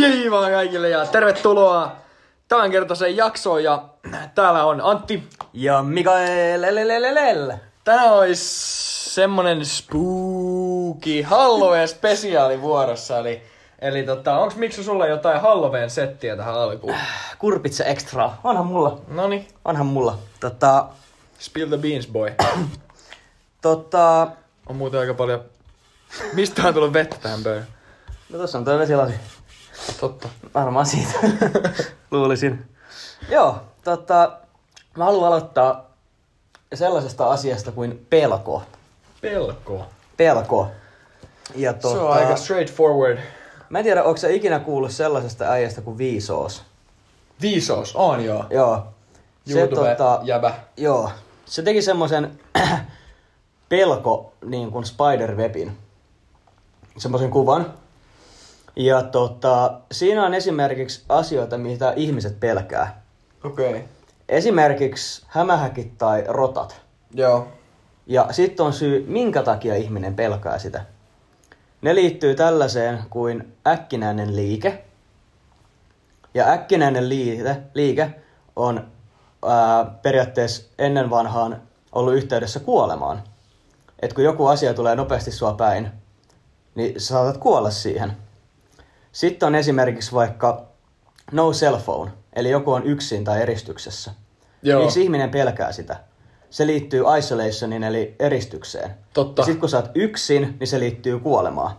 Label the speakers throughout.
Speaker 1: Jei vaan kaikille ja tervetuloa tämän kertaiseen jaksoon ja täällä on Antti.
Speaker 2: Ja Mikael, lelelelelel.
Speaker 1: Tänään olisi semmonen spooky Halloween spesiaali vuorossa eli Eli tota, onks Miksu sulla jotain Halloween settiä tähän alkuun?
Speaker 2: Kurpitse extra. Onhan mulla.
Speaker 1: Noni,
Speaker 2: Onhan mulla. Tota,
Speaker 1: spill the beans boy.
Speaker 2: tota,
Speaker 1: On muuten aika paljon... Mistä on tullut vettä tähän pöydään?
Speaker 2: no tossa on toi vesilasi.
Speaker 1: Totta.
Speaker 2: Varmaan siitä. Luulisin. Joo, tota, mä haluan aloittaa sellaisesta asiasta kuin pelko.
Speaker 1: Pelko.
Speaker 2: Pelko. Ja tota,
Speaker 1: Se on aika straightforward.
Speaker 2: mä en tiedä, onko sä ikinä kuullut sellaisesta äijästä kuin viisoos.
Speaker 1: Viisaus, on joo.
Speaker 2: Joo. tota-
Speaker 1: YouTube, jäbä.
Speaker 2: Joo. Se teki semmoisen pelko niin kuin Spider-Webin. Semmoisen kuvan. Ja tota, siinä on esimerkiksi asioita, mitä ihmiset pelkää.
Speaker 1: Okei. Okay.
Speaker 2: Esimerkiksi hämähäkit tai rotat.
Speaker 1: Joo.
Speaker 2: Ja sitten on syy, minkä takia ihminen pelkää sitä. Ne liittyy tällaiseen kuin äkkinäinen liike. Ja äkkinäinen liike, liike on ää, periaatteessa ennen vanhaan ollut yhteydessä kuolemaan. Et kun joku asia tulee nopeasti sua päin, niin sä saatat kuolla siihen. Sitten on esimerkiksi vaikka no cell phone, eli joku on yksin tai eristyksessä.
Speaker 1: Joo.
Speaker 2: Miksi ihminen pelkää sitä? Se liittyy isolationiin eli eristykseen.
Speaker 1: Totta.
Speaker 2: Sitten kun sä oot yksin, niin se liittyy kuolemaan.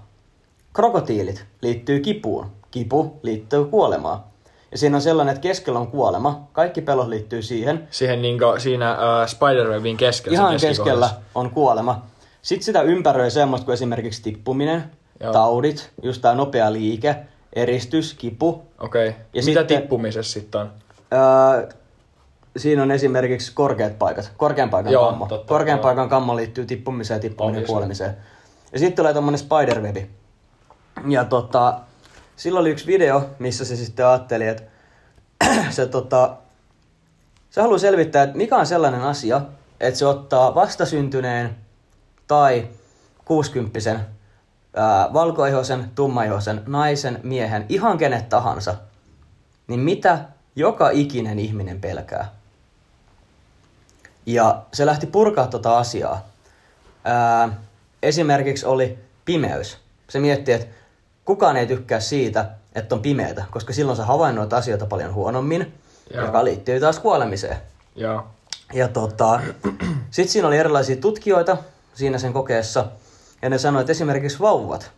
Speaker 2: Krokotiilit liittyy kipuun. Kipu liittyy kuolemaan. Ja siinä on sellainen, että keskellä on kuolema. Kaikki pelot liittyy siihen.
Speaker 1: Siihen niinku, siinä uh, Spider-Webin keskellä.
Speaker 2: Ihan
Speaker 1: sen
Speaker 2: keskellä
Speaker 1: keskikohdassa.
Speaker 2: on kuolema. Sitten sitä ympäröi semmoista kuin esimerkiksi tippuminen,
Speaker 1: Joo.
Speaker 2: Joo. taudit, just tää nopea liike, eristys, kipu.
Speaker 1: Okei. Okay. Mitä
Speaker 2: Ja
Speaker 1: sitten...
Speaker 2: sitten-
Speaker 1: tippumisessa sitten on?
Speaker 2: Öö, siinä on esimerkiksi korkeat paikat, korkean paikan
Speaker 1: Joo,
Speaker 2: Joo, kammo.
Speaker 1: totta,
Speaker 2: korkean
Speaker 1: joo.
Speaker 2: paikan kammo liittyy tippumiseen, tippuminen ja
Speaker 1: Obviously.
Speaker 2: kuolemiseen. Ja sitten tulee tommonen spiderwebi. Ja tota, sillä oli yksi video, missä se sitten ajatteli, että se tota, se haluaa selvittää, että mikä on sellainen asia, että se ottaa vastasyntyneen tai 60 ää, valkoihoisen, tummaihoisen, naisen, miehen, ihan kenet tahansa, niin mitä joka ikinen ihminen pelkää. Ja se lähti purkaa tota asiaa. Ää, esimerkiksi oli pimeys. Se mietti, että kukaan ei tykkää siitä, että on pimeätä, koska silloin sä havainnoit asioita paljon huonommin,
Speaker 1: Joo.
Speaker 2: Joo. joka liittyy taas kuolemiseen.
Speaker 1: Joo.
Speaker 2: Ja tota, sitten siinä oli erilaisia tutkijoita siinä sen kokeessa, ja ne sanoi, että esimerkiksi vauvat,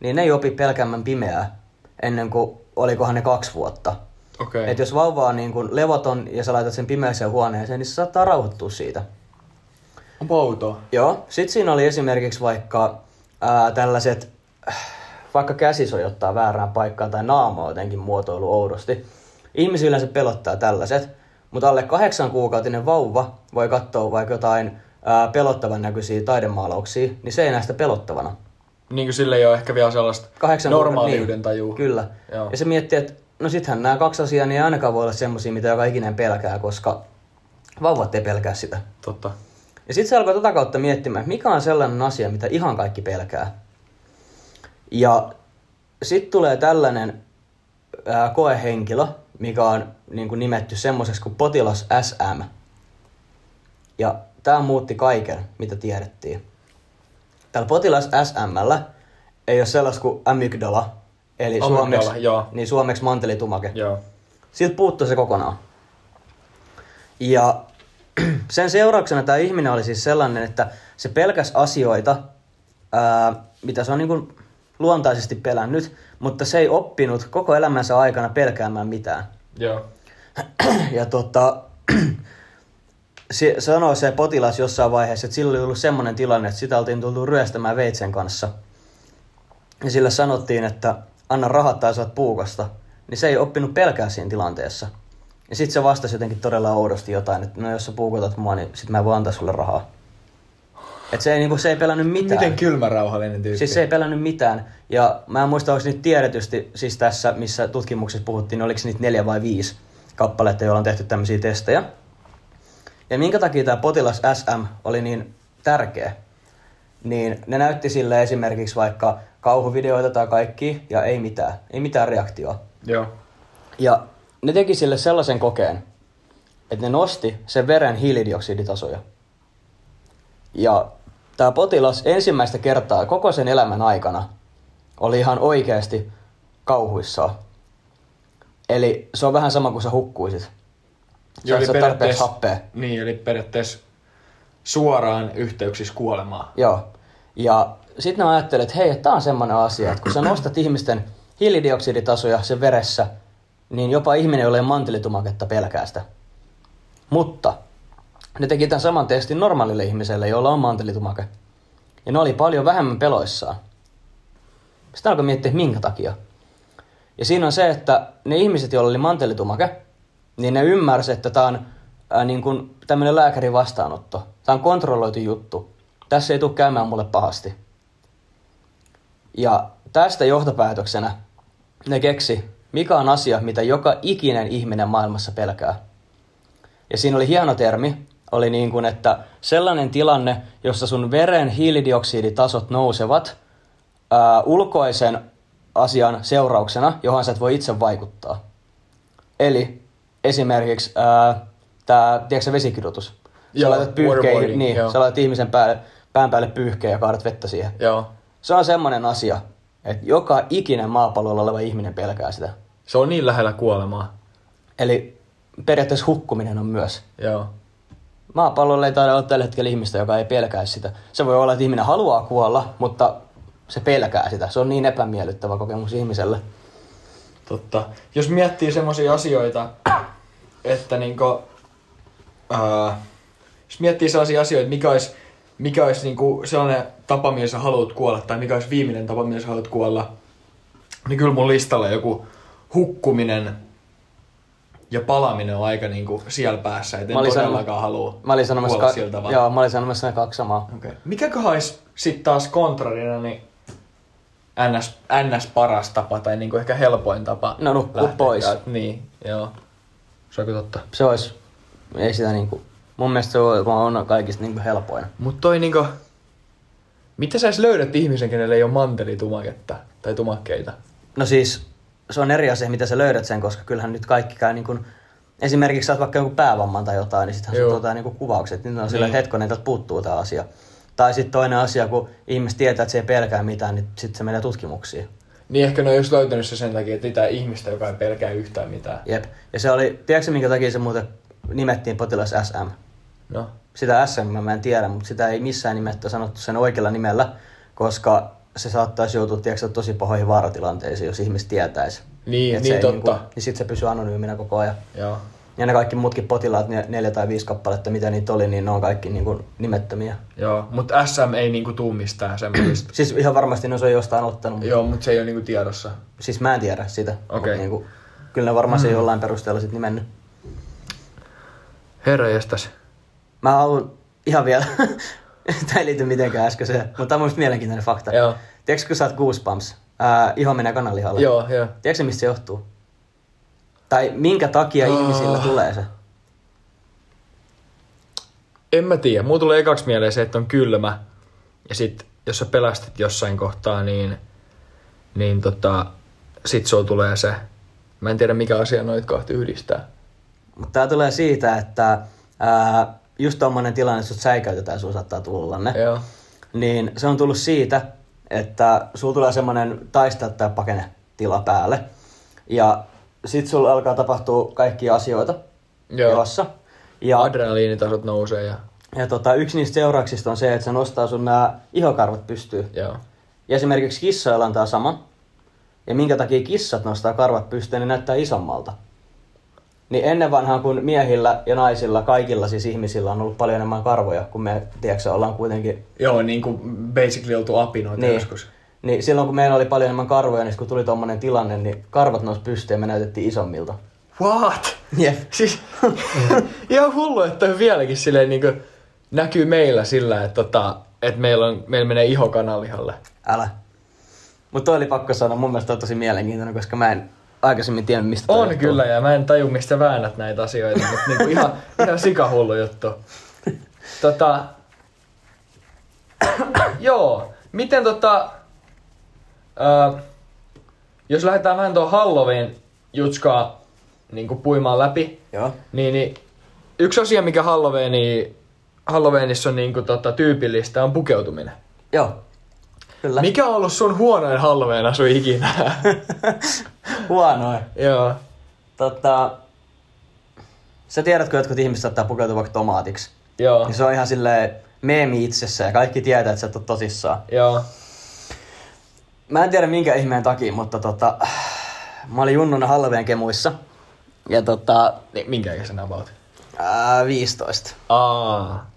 Speaker 2: niin ne ei opi pelkäämään pimeää ennen kuin olikohan ne kaksi vuotta.
Speaker 1: Okei.
Speaker 2: Et
Speaker 1: Okay.
Speaker 2: jos vauva on niin kuin levoton ja sä laitat sen pimeäseen huoneeseen, niin se saattaa rauhoittua siitä.
Speaker 1: On poutoa.
Speaker 2: Joo, sit siinä oli esimerkiksi vaikka ää, tällaiset, äh, vaikka käsi sojottaa väärään paikkaan tai naama on jotenkin muotoilu oudosti. Ihmisiä yleensä pelottaa tällaiset, mutta alle kahdeksan kuukautinen vauva voi katsoa vaikka jotain ää, pelottavan näköisiä taidemaalauksia, niin se ei näistä pelottavana.
Speaker 1: Niin kuin sille ei ole ehkä vielä sellaista
Speaker 2: Kahdeksan kuukautta-
Speaker 1: normaaliuden
Speaker 2: niin,
Speaker 1: tajua.
Speaker 2: Kyllä.
Speaker 1: Joo.
Speaker 2: Joo. Ja se miettii, että no sittenhän nämä kaksi asiaa niin ei ainakaan voi olla semmosia, mitä joka ikinen pelkää, koska vauvat ei pelkää sitä.
Speaker 1: Totta.
Speaker 2: Ja sitten se alkoi tätä kautta miettimään, että mikä on sellainen asia, mitä ihan kaikki pelkää. Ja sitten tulee tällainen ää, koehenkilö, mikä on niin kuin nimetty semmoiseksi kuin potilas SM. Ja tämä muutti kaiken, mitä tiedettiin. Tällä potilas SMllä ei ole sellaista kuin amygdala, eli
Speaker 1: Amygdala,
Speaker 2: suomeksi,
Speaker 1: joo.
Speaker 2: niin suomeksi mantelitumake.
Speaker 1: Joo.
Speaker 2: Siltä puuttui se kokonaan. Ja sen seurauksena tämä ihminen oli siis sellainen, että se pelkäs asioita, ää, mitä se on niin kuin luontaisesti pelännyt, mutta se ei oppinut koko elämänsä aikana pelkäämään mitään.
Speaker 1: Joo.
Speaker 2: Ja tota, se, sanoi se potilas jossain vaiheessa, että sillä oli ollut semmoinen tilanne, että sitä oltiin tultu ryöstämään veitsen kanssa. Ja sillä sanottiin, että anna rahat tai saat puukasta. Niin se ei oppinut pelkää siinä tilanteessa. Ja sit se vastasi jotenkin todella oudosti jotain, että no jos sä puukotat mua, niin sit mä en voi antaa sulle rahaa. Et se ei, niinku, se ei pelännyt mitään.
Speaker 1: Miten kylmä rauhallinen tyyppi?
Speaker 2: Siis se ei pelännyt mitään. Ja mä en muista, onko niitä tiedetysti, siis tässä, missä tutkimuksessa puhuttiin, niin oliko niitä neljä vai viisi kappaletta, joilla on tehty tämmöisiä testejä. Ja minkä takia tämä potilas SM oli niin tärkeä? niin ne näytti sille esimerkiksi vaikka kauhuvideoita tai kaikki, ja ei mitään, ei mitään reaktioa.
Speaker 1: Joo.
Speaker 2: Ja ne teki sille sellaisen kokeen, että ne nosti sen veren hiilidioksiditasoja. Ja tämä potilas ensimmäistä kertaa koko sen elämän aikana oli ihan oikeasti kauhuissaan. Eli se on vähän sama kuin sä hukkuisit. Sä et saa tarpeeksi happea.
Speaker 1: Niin, eli periaatteessa suoraan yhteyksissä kuolemaan.
Speaker 2: Joo. Ja sitten mä ajattelin, että hei, tämä on semmoinen asia, että kun sä nostat ihmisten hiilidioksiditasoja sen veressä, niin jopa ihminen, jolle ei mantilitumaketta pelkää sitä. Mutta ne teki tämän saman testin normaalille ihmiselle, jolla on mantelitumake. Ja ne oli paljon vähemmän peloissaan. Sitten alkoi miettiä, että minkä takia. Ja siinä on se, että ne ihmiset, joilla oli mantelitumake, niin ne ymmärsi, että tämä on ää, niin kuin tämmöinen lääkärin vastaanotto. Tämä on kontrolloitu juttu. Tässä ei tule käymään mulle pahasti. Ja tästä johtopäätöksenä ne keksi, mikä on asia, mitä joka ikinen ihminen maailmassa pelkää. Ja siinä oli hieno termi, oli niin kuin, että sellainen tilanne, jossa sun veren hiilidioksiditasot nousevat ää, ulkoisen asian seurauksena, johon sä et voi itse vaikuttaa. Eli esimerkiksi tämä, tiedätkö se vesikidutus? Sä
Speaker 1: Joo,
Speaker 2: laitat, pyyhkeen,
Speaker 1: waterboarding,
Speaker 2: niin,
Speaker 1: joo.
Speaker 2: sä laitat ihmisen päälle, pään päälle pyyhkeen ja kaadat vettä siihen.
Speaker 1: Joo.
Speaker 2: Se on semmoinen asia, että joka ikinen maapallolla oleva ihminen pelkää sitä.
Speaker 1: Se on niin lähellä kuolemaa.
Speaker 2: Eli periaatteessa hukkuminen on myös.
Speaker 1: Joo.
Speaker 2: Maapallolla ei taida olla tällä hetkellä ihmistä, joka ei pelkää sitä. Se voi olla, että ihminen haluaa kuolla, mutta se pelkää sitä. Se on niin epämiellyttävä kokemus ihmiselle.
Speaker 1: Totta. Jos miettii semmoisia asioita, että niinku, ää, jos miettii sellaisia asioita, mikä olisi, mikä olisi niinku sellainen tapa, millä sä haluat kuolla, tai mikä olisi viimeinen tapa, millä sä haluat kuolla, niin kyllä mun listalla joku hukkuminen ja palaminen on aika niinku siellä päässä, et en
Speaker 2: Mä olin sanomassa-
Speaker 1: todellakaan halua
Speaker 2: Mä olin sanomassa,
Speaker 1: kuolla sillä tavalla.
Speaker 2: joo, mä olin sanomassa ne kaksi samaa.
Speaker 1: Okay. Mikäköhän olisi sitten taas kontrarina niin NS, NS paras tapa tai niinku ehkä helpoin tapa?
Speaker 2: No nukkuu
Speaker 1: lähteä
Speaker 2: pois.
Speaker 1: täältä? Niin, joo. Se on kyllä totta.
Speaker 2: Se olisi, ei sitä niinku, mun mielestä se voi- on kaikista niinku helpoin.
Speaker 1: Mut toi niinku... Mitä sä edes löydät ihmisen, kenelle ei ole mantelitumaketta tai tumakkeita?
Speaker 2: No siis, se on eri asia, mitä sä löydät sen, koska kyllähän nyt kaikki käy niin kun, esimerkiksi sä oot vaikka jonkun päävamman tai jotain, niin sittenhän
Speaker 1: Joo.
Speaker 2: sä otetaan niin kuvaukset, niin ne on sillä,
Speaker 1: Niin.
Speaker 2: että hetkonen, täältä puuttuu tämä asia. Tai sitten toinen asia, kun ihmiset tietää, että se ei pelkää mitään, niin sitten se menee tutkimuksiin.
Speaker 1: Niin ehkä ne on just löytänyt se sen takia, että itää ihmistä, joka ei pelkää yhtään mitään.
Speaker 2: Jep. Ja se oli, tiedätkö minkä takia se muuten nimettiin potilas SM?
Speaker 1: No.
Speaker 2: Sitä SM mä en tiedä, mutta sitä ei missään nimettä sanottu sen oikealla nimellä, koska se saattaisi joutua tiedätkö, tosi pahoihin vaaratilanteisiin, jos ihmiset tietäisi.
Speaker 1: Niin,
Speaker 2: Et se
Speaker 1: niin
Speaker 2: ei
Speaker 1: totta.
Speaker 2: Niinku, niin sitten se pysyy anonyyminä koko ajan.
Speaker 1: Joo.
Speaker 2: Ja ne kaikki muutkin potilaat, ne neljä tai viisi kappaletta, mitä niitä oli, niin ne on kaikki niin kuin nimettömiä.
Speaker 1: Joo, mut SM ei niinku tuu mistään semmoista.
Speaker 2: Siis ihan varmasti ne se on jostain ottanut, mutta
Speaker 1: joo, mut se ei ole niinku tiedossa.
Speaker 2: siis mä en tiedä sitä.
Speaker 1: Okei.
Speaker 2: Niin kuin, kyllä ne varmaan se jollain perusteella sitten nimennyt.
Speaker 1: Herra jestas.
Speaker 2: Mä haluan ihan vielä, tämä ei liity mitenkään äskeiseen, mutta tämä on mun mielenkiintoinen fakta.
Speaker 1: Joo.
Speaker 2: Tiedätkö, kun sä oot goosebumps, ää, iho menee kananlihalle.
Speaker 1: Joo, joo.
Speaker 2: Tiedätkö sä, mistä se johtuu? Tai minkä takia
Speaker 1: Ah.
Speaker 2: ihmisillä tulee se?
Speaker 1: En mä tiedä. Mulla tulee ekaksi mieleen se, että on kylmä. Ja sit, jos sä pelästyt jossain kohtaa, niin, niin tota, sit sulla tulee se. Mä en tiedä, mikä asia noit kohti yhdistää.
Speaker 2: Mutta tämä tulee siitä, että ää, just tommonen tilanne, että sut säikäytetään, sun saattaa tulla ne.
Speaker 1: Joo.
Speaker 2: Niin se on tullut siitä, että sulla tulee semmoinen taistele tai pakene tila päälle. Ja sit sulla alkaa tapahtua kaikkia asioita
Speaker 1: Joo.
Speaker 2: ihossa. Ja,
Speaker 1: Adrenaliinitasot nousee ja...
Speaker 2: ja tota, yksi niistä seurauksista on se, että se nostaa sun nämä ihokarvat pystyyn.
Speaker 1: Joo.
Speaker 2: Ja esimerkiksi kissoilla on tämä sama. Ja minkä takia kissat nostaa karvat pystyyn, niin näyttää isommalta. Niin ennen vanhaan, kun miehillä ja naisilla, kaikilla siis ihmisillä on ollut paljon enemmän karvoja, kun me, tiedätkö, ollaan kuitenkin...
Speaker 1: Joo, niin kuin basically oltu apinoita niin. joskus.
Speaker 2: niin silloin kun meillä oli paljon enemmän karvoja, niin sit kun tuli tommonen tilanne, niin karvat nousi pystyyn ja me näytettiin isommilta.
Speaker 1: What?
Speaker 2: Jep.
Speaker 1: Siis ihan hullu, että on vieläkin silleen niin kuin, näkyy meillä sillä, että, tota, että meillä, on, meillä menee iho kananlihalle.
Speaker 2: Älä. Mutta toi oli pakko sanoa, mun mielestä tää on tosi mielenkiintoinen, koska mä en aikaisemmin tiennyt mistä toi
Speaker 1: On
Speaker 2: johtuu.
Speaker 1: kyllä, ja mä en taju, mistä väännät näitä asioita, mutta niinku ihan, ihan sikahullu juttu. Tota, Joo. Miten tota... Ö, jos lähdetään vähän tuon Halloween jutskaa niin puimaan läpi,
Speaker 2: Joo.
Speaker 1: niin, niin yksi asia, mikä Halloweeni, Halloweenissa on niin kuin, tota, tyypillistä, on pukeutuminen.
Speaker 2: Joo. Kyllä.
Speaker 1: Mikä on ollut sun huonoin Halloween asu ikinä?
Speaker 2: Huonoin.
Speaker 1: Joo.
Speaker 2: Tota, sä tiedät, kun jotkut ihmiset saattaa pukeutua vaikka tomaatiksi.
Speaker 1: Joo.
Speaker 2: Niin se on ihan silleen meemi itsessä ja kaikki tietää, että sä et ole tosissaan.
Speaker 1: Joo.
Speaker 2: Mä en tiedä minkä ihmeen takia, mutta tota, mä olin junnuna Halloween kemuissa. Ja tota,
Speaker 1: Niin, minkä ikäisenä about?
Speaker 2: ää, 15.
Speaker 1: Aa.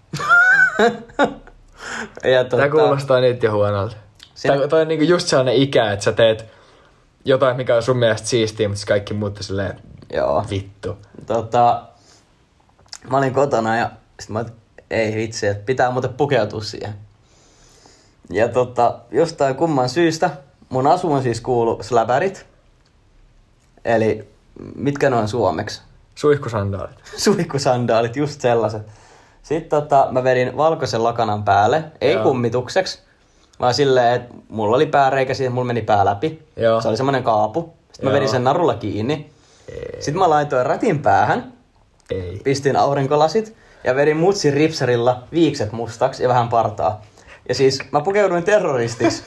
Speaker 2: Ja tota,
Speaker 1: Tää kuulostaa nyt jo huonolta.
Speaker 2: Siinä-
Speaker 1: Tää, toi on niinku just sellainen ikä, että sä teet jotain, mikä on sun mielestä siistiä, mutta siis kaikki muut on silleen "Ah,
Speaker 2: Joo.
Speaker 1: vittu.
Speaker 2: Tota, mä olin kotona ja sit mä oot- ei vitsi, että pitää muuten pukeutua siihen. Ja tota, jostain kumman syystä mun asuun siis kuulu släbärit. Eli mitkä ne on suomeksi?
Speaker 1: Suihkusandaalit.
Speaker 2: Suihkusandaalit, just sellaiset. Sitten tota, mä vedin valkoisen lakanan päälle, ei
Speaker 1: Joo.
Speaker 2: kummitukseksi, vaan silleen, että mulla oli pääreikä siihen, mulla meni pää läpi.
Speaker 1: Joo.
Speaker 2: Se oli semmonen kaapu. Sitten mä
Speaker 1: Joo.
Speaker 2: vedin sen narulla kiinni. Sitten mä laitoin ratin päähän,
Speaker 1: Ei.
Speaker 2: pistin aurinkolasit ja vedin mutsin ripsarilla viikset mustaksi ja vähän partaa. Ja siis mä pukeuduin terroristiksi.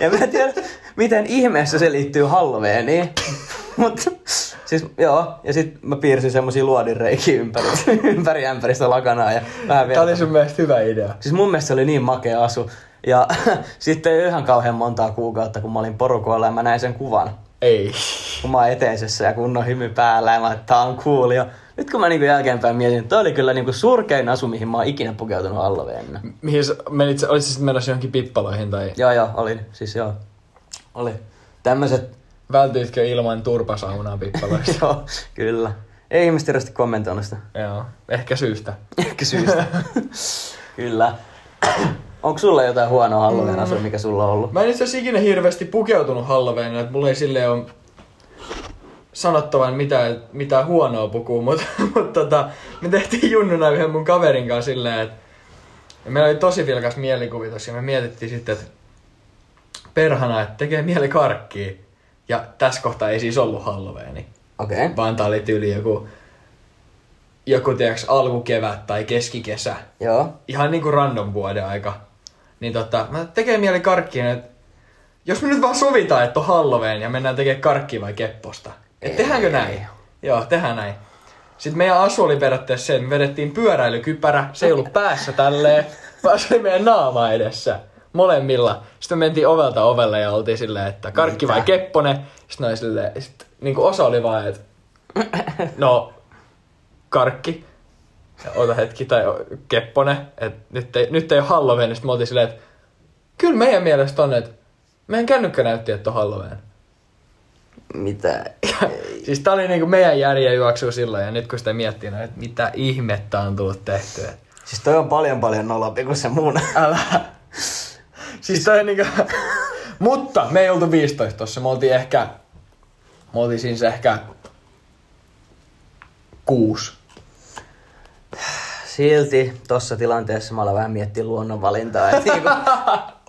Speaker 2: ja mä en tiedä, miten ihmeessä se liittyy Halloweeniin. Mutta siis joo, ja sitten mä piirsin semmosia luodinreikiä ympäri, ympäri ämpäristä lakanaa ja vähän
Speaker 1: Tää
Speaker 2: vielä.
Speaker 1: oli sun mielestä hyvä idea.
Speaker 2: Siis mun mielestä se oli niin makea asu. Ja sitten ei ole ihan kauhean montaa kuukautta, kun mä olin porukoilla ja mä näin sen kuvan
Speaker 1: Ei.
Speaker 2: kun mä oon eteisessä ja kunnon hymy päällä ja mä oon, että tää on cool. Ja nyt kun mä niinku jälkeenpäin mietin, että toi oli kyllä niinku surkein asu, mihin mä oon ikinä pukeutunut Halloweenina.
Speaker 1: Mihin sä menit, sä- olit sä sitten menossa johonkin pippaloihin tai
Speaker 2: Joo joo, olin. Siis joo. Oli. Tämmöset,
Speaker 1: vältyitkö ilman turpasaunaa pippaloista?
Speaker 2: joo, kyllä. Ei ihmiset hirveästi kommentoinut sitä.
Speaker 1: Joo. Ehkä syystä.
Speaker 2: Ehkä syystä. kyllä. Onko sulla jotain huonoa Halloween asu, mikä sulla on ollut?
Speaker 1: Mä en itse asiassa ikinä hirveästi pukeutunut Halloweenina, että mulla ei silleen ole sanottavan mitään, mitään huonoa pukua, mutta mut tota, me tehtiin junnuna yhden mun kaverin kanssa silleen, että ja meillä oli tosi vilkas mielikuvitus ja me mietittiin sitten, että perhana, että tekee mieli karkkia. Ja tässä kohtaa ei siis ollut Halloweeni,
Speaker 2: Okei. Okay.
Speaker 1: vaan tää oli tyyli joku, joku tiiäks, alkukevät tai keskikesä
Speaker 2: Joo.
Speaker 1: ihan niinku random vuoden aika. Niin tota, mä tekee mieli karkkiin, että jos me nyt vaan sovitaan, että on Halloween ja mennään tekemään karkkia vai kepposta. Et tehdäänkö näin? Joo, tehdään näin. Sitten meidän asu oli periaatteessa se, että me vedettiin pyöräilykypärä, se ei ollut päässä tälleen, vaan se oli meidän naama edessä. Molemmilla. Sitten me mentiin ovelta ovelle ja oltiin silleen, että karkki vai
Speaker 2: Mitä?
Speaker 1: kepponen. Sitten noin silleen, sit, niin kuin osa oli vaan, että no, karkki. Ja Ota hetki, tai kepponen. Et nyt, ei, nyt ei ole Halloween. Sitten me oltiin silleen, että kyllä meidän mielestä on, että meidän kännykkä näytti, että on Halloween.
Speaker 2: Mitä?
Speaker 1: Siis tää oli niinku meidän järjen juoksu silloin, ja nyt kun sitä miettii, no, että mitä ihmettä on tullut tehtyä.
Speaker 2: Siis toi on paljon paljon nolompi kuin se mun.
Speaker 1: Älä. Siis toi niinku... Mutta me ei oltu 15 tossa, me oltiin ehkä... Me oltiin siis ehkä... Kuusi.
Speaker 2: Silti tuossa tilanteessa mä aloin vähän miettiä luonnonvalintaa, että niinku,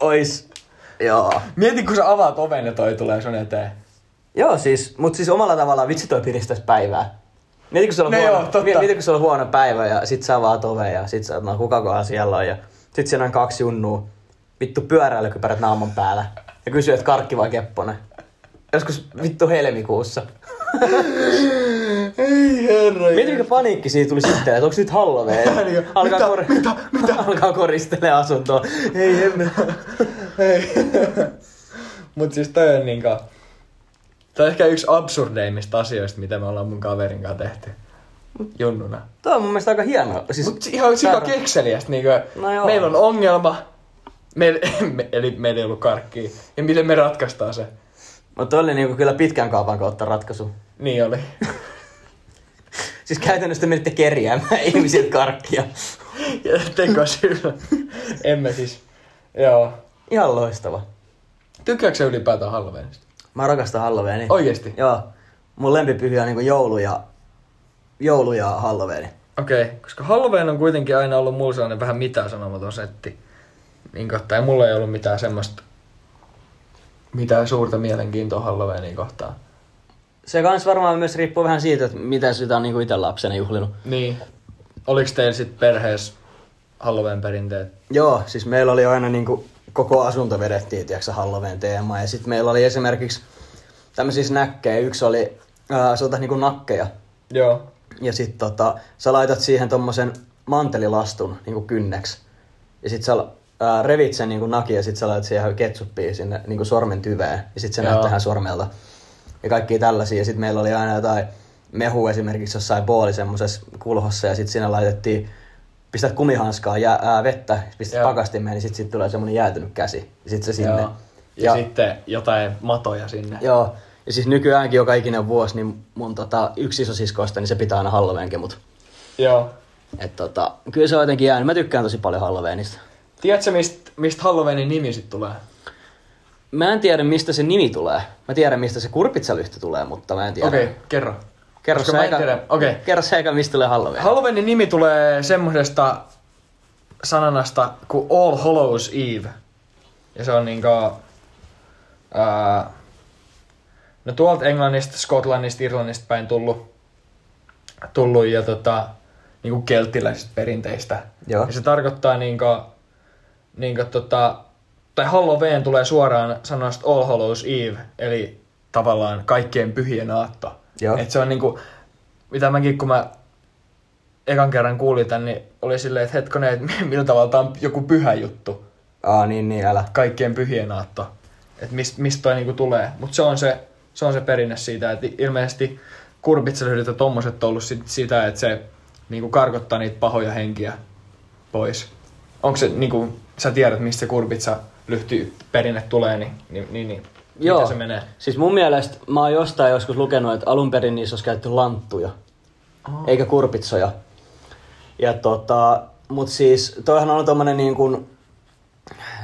Speaker 2: ois, joo.
Speaker 1: Mieti, kun sä avaat oven ja toi tulee sun eteen.
Speaker 2: Joo siis, mut siis omalla tavallaan vitsi toi piristäis päivää. Mieti kun sulla on,
Speaker 1: No
Speaker 2: huono,
Speaker 1: joo, totta.
Speaker 2: mie- mieti, kun sulla on huono päivä ja sit sä avaat oven ja sit sä oot, no kukakohan siellä on ja sit siinä on kaksi junnua. Vittu pyöräilykypärät naaman päällä ja kysyy, että karkki vai kepponen. Joskus vittu helmikuussa.
Speaker 1: Ei herra.
Speaker 2: Mieti mikä paniikki siitä tuli sitten, että onks nyt Halloween?
Speaker 1: Niin,
Speaker 2: Alkaa,
Speaker 1: mitä,
Speaker 2: kor-
Speaker 1: mitä, mitä?
Speaker 2: alkaa koristelee asuntoa. Ei hemme.
Speaker 1: Ei. Mut siis toi on niinku... Toi on ehkä yksi absurdeimmista asioista, mitä me ollaan mun kaverin kanssa tehty. Junnuna.
Speaker 2: Toi on mun mielestä aika hieno. Siis,
Speaker 1: Mut ihan sika
Speaker 2: Kerro.
Speaker 1: kekseliästä. Niinku,
Speaker 2: No joo.
Speaker 1: meillä on ongelma, meil, me, eli meillä ei ollut karkkia. Ja miten me ratkaistaan se?
Speaker 2: Mut toi oli niinku kyllä pitkän kaavan kautta ratkaisu.
Speaker 1: Niin oli.
Speaker 2: Siis käytännössä te menitte kerjäämään ihmisiltä karkkia.
Speaker 1: Ja tekosyllä. Emme siis. Joo.
Speaker 2: Ihan loistava.
Speaker 1: Tykkääkö sä ylipäätään Halloweenista?
Speaker 2: Mä rakastan Halloweenia.
Speaker 1: Oikeesti?
Speaker 2: Joo. Mun lempipyhiä on niinku joulu ja, joulu ja Halloweeni.
Speaker 1: Okei, okay, koska Halloween on kuitenkin aina ollut mulla sellainen vähän mitään sanomaton setti. Niin kohtaan. Ja mulla ei ollut mitään semmoista mitään suurta mielenkiintoa Halloweenia kohtaan.
Speaker 2: Se kans varmaan myös riippuu vähän siitä, että mitä sitä on niinku itse lapsena juhlinut.
Speaker 1: Niin. Oliko teillä sitten perheessä Halloween perinteet?
Speaker 2: Joo, siis meillä oli aina niinku koko asunto vedettiin, tiedätkö, Halloween teemaa. Ja sitten meillä oli esimerkiksi tämmöisiä snäkkejä. Yksi oli äh, sellaista niinku nakkeja.
Speaker 1: Joo.
Speaker 2: Ja sit tota, sä laitat siihen tommosen mantelilastun niinku kynneksi. Ja sit sä ää, revit sen niinku nakin ja sit sä laitat siihen ketsuppia sinne niinku sormen tyveen. Ja sit se
Speaker 1: Joo.
Speaker 2: näyttää ihan sormelta. Ja kaikki tällaisia. Ja sit meillä oli aina jotain mehu esimerkiksi jossain booli semmosessa kulhossa. Ja sit siinä laitettiin pistät kumihanskaa ja ää, vettä, pistät
Speaker 1: Joo.
Speaker 2: pakastimeen, niin sit, sit tulee semmonen jäätynyt käsi. Ja sit se sinne.
Speaker 1: Joo. Ja, ja, sitten jotain matoja sinne.
Speaker 2: Joo, ja siis nykyäänkin joka ikinen vuosi, niin mun tota, yksi isosiskoista, niin se pitää aina Halloweenkin, mut
Speaker 1: Joo.
Speaker 2: et tota, kyllä se on jotenkin jäänyt. Mä tykkään tosi paljon Halloweenista.
Speaker 1: Tiedätkö, mistä mist Halloweenin nimi sitten tulee?
Speaker 2: Mä en tiedä, mistä se nimi tulee. Mä tiedän, mistä se kurpitsalyhty tulee, mutta mä en tiedä.
Speaker 1: Okei, okay, kerro.
Speaker 2: Kerro,
Speaker 1: Koska
Speaker 2: se
Speaker 1: mä en
Speaker 2: eka,
Speaker 1: tiedä. Okei.
Speaker 2: kerro se eka, mistä tulee Halloween.
Speaker 1: Halloweenin nimi tulee semmosesta sananasta kuin All Hallows Eve. Ja se on niinku... Ää, no tuolta Englannista, Skotlannista, Irlannista päin tullut, tullut ja tota, niinku kelttiläisistä perinteistä.
Speaker 2: Joo.
Speaker 1: Ja se tarkoittaa niinku, niinku tota, tai Halloween tulee suoraan sanasta All Hallows Eve, eli tavallaan kaikkien pyhien aatto.
Speaker 2: Joo.
Speaker 1: Et se on niinku, mitä mäkin kun mä ekan kerran kuulin tän, niin oli silleen, että hetkonen, että millä tavalla tää on joku pyhä juttu,
Speaker 2: Aa, niin, niin, älä.
Speaker 1: kaikkien pyhien aatto, että mistä mist toi niinku tulee. Mutta se on se, se on se perinne siitä, että ilmeisesti kurpitselyydet ja tommoset on ollut sit sitä, että se niinku karkottaa niitä pahoja henkiä pois. Onko se niinku, sä tiedät mistä se kurpitsa lyhty perinne tulee, niin, niin, niin, niin
Speaker 2: Joo.
Speaker 1: miten se menee?
Speaker 2: Siis mun mielestä mä oon jostain joskus lukenut, että alun perin niissä olisi käytetty lanttuja, oh. eikä kurpitsoja. Ja tota, mut siis toihan on tommonen niin kuin,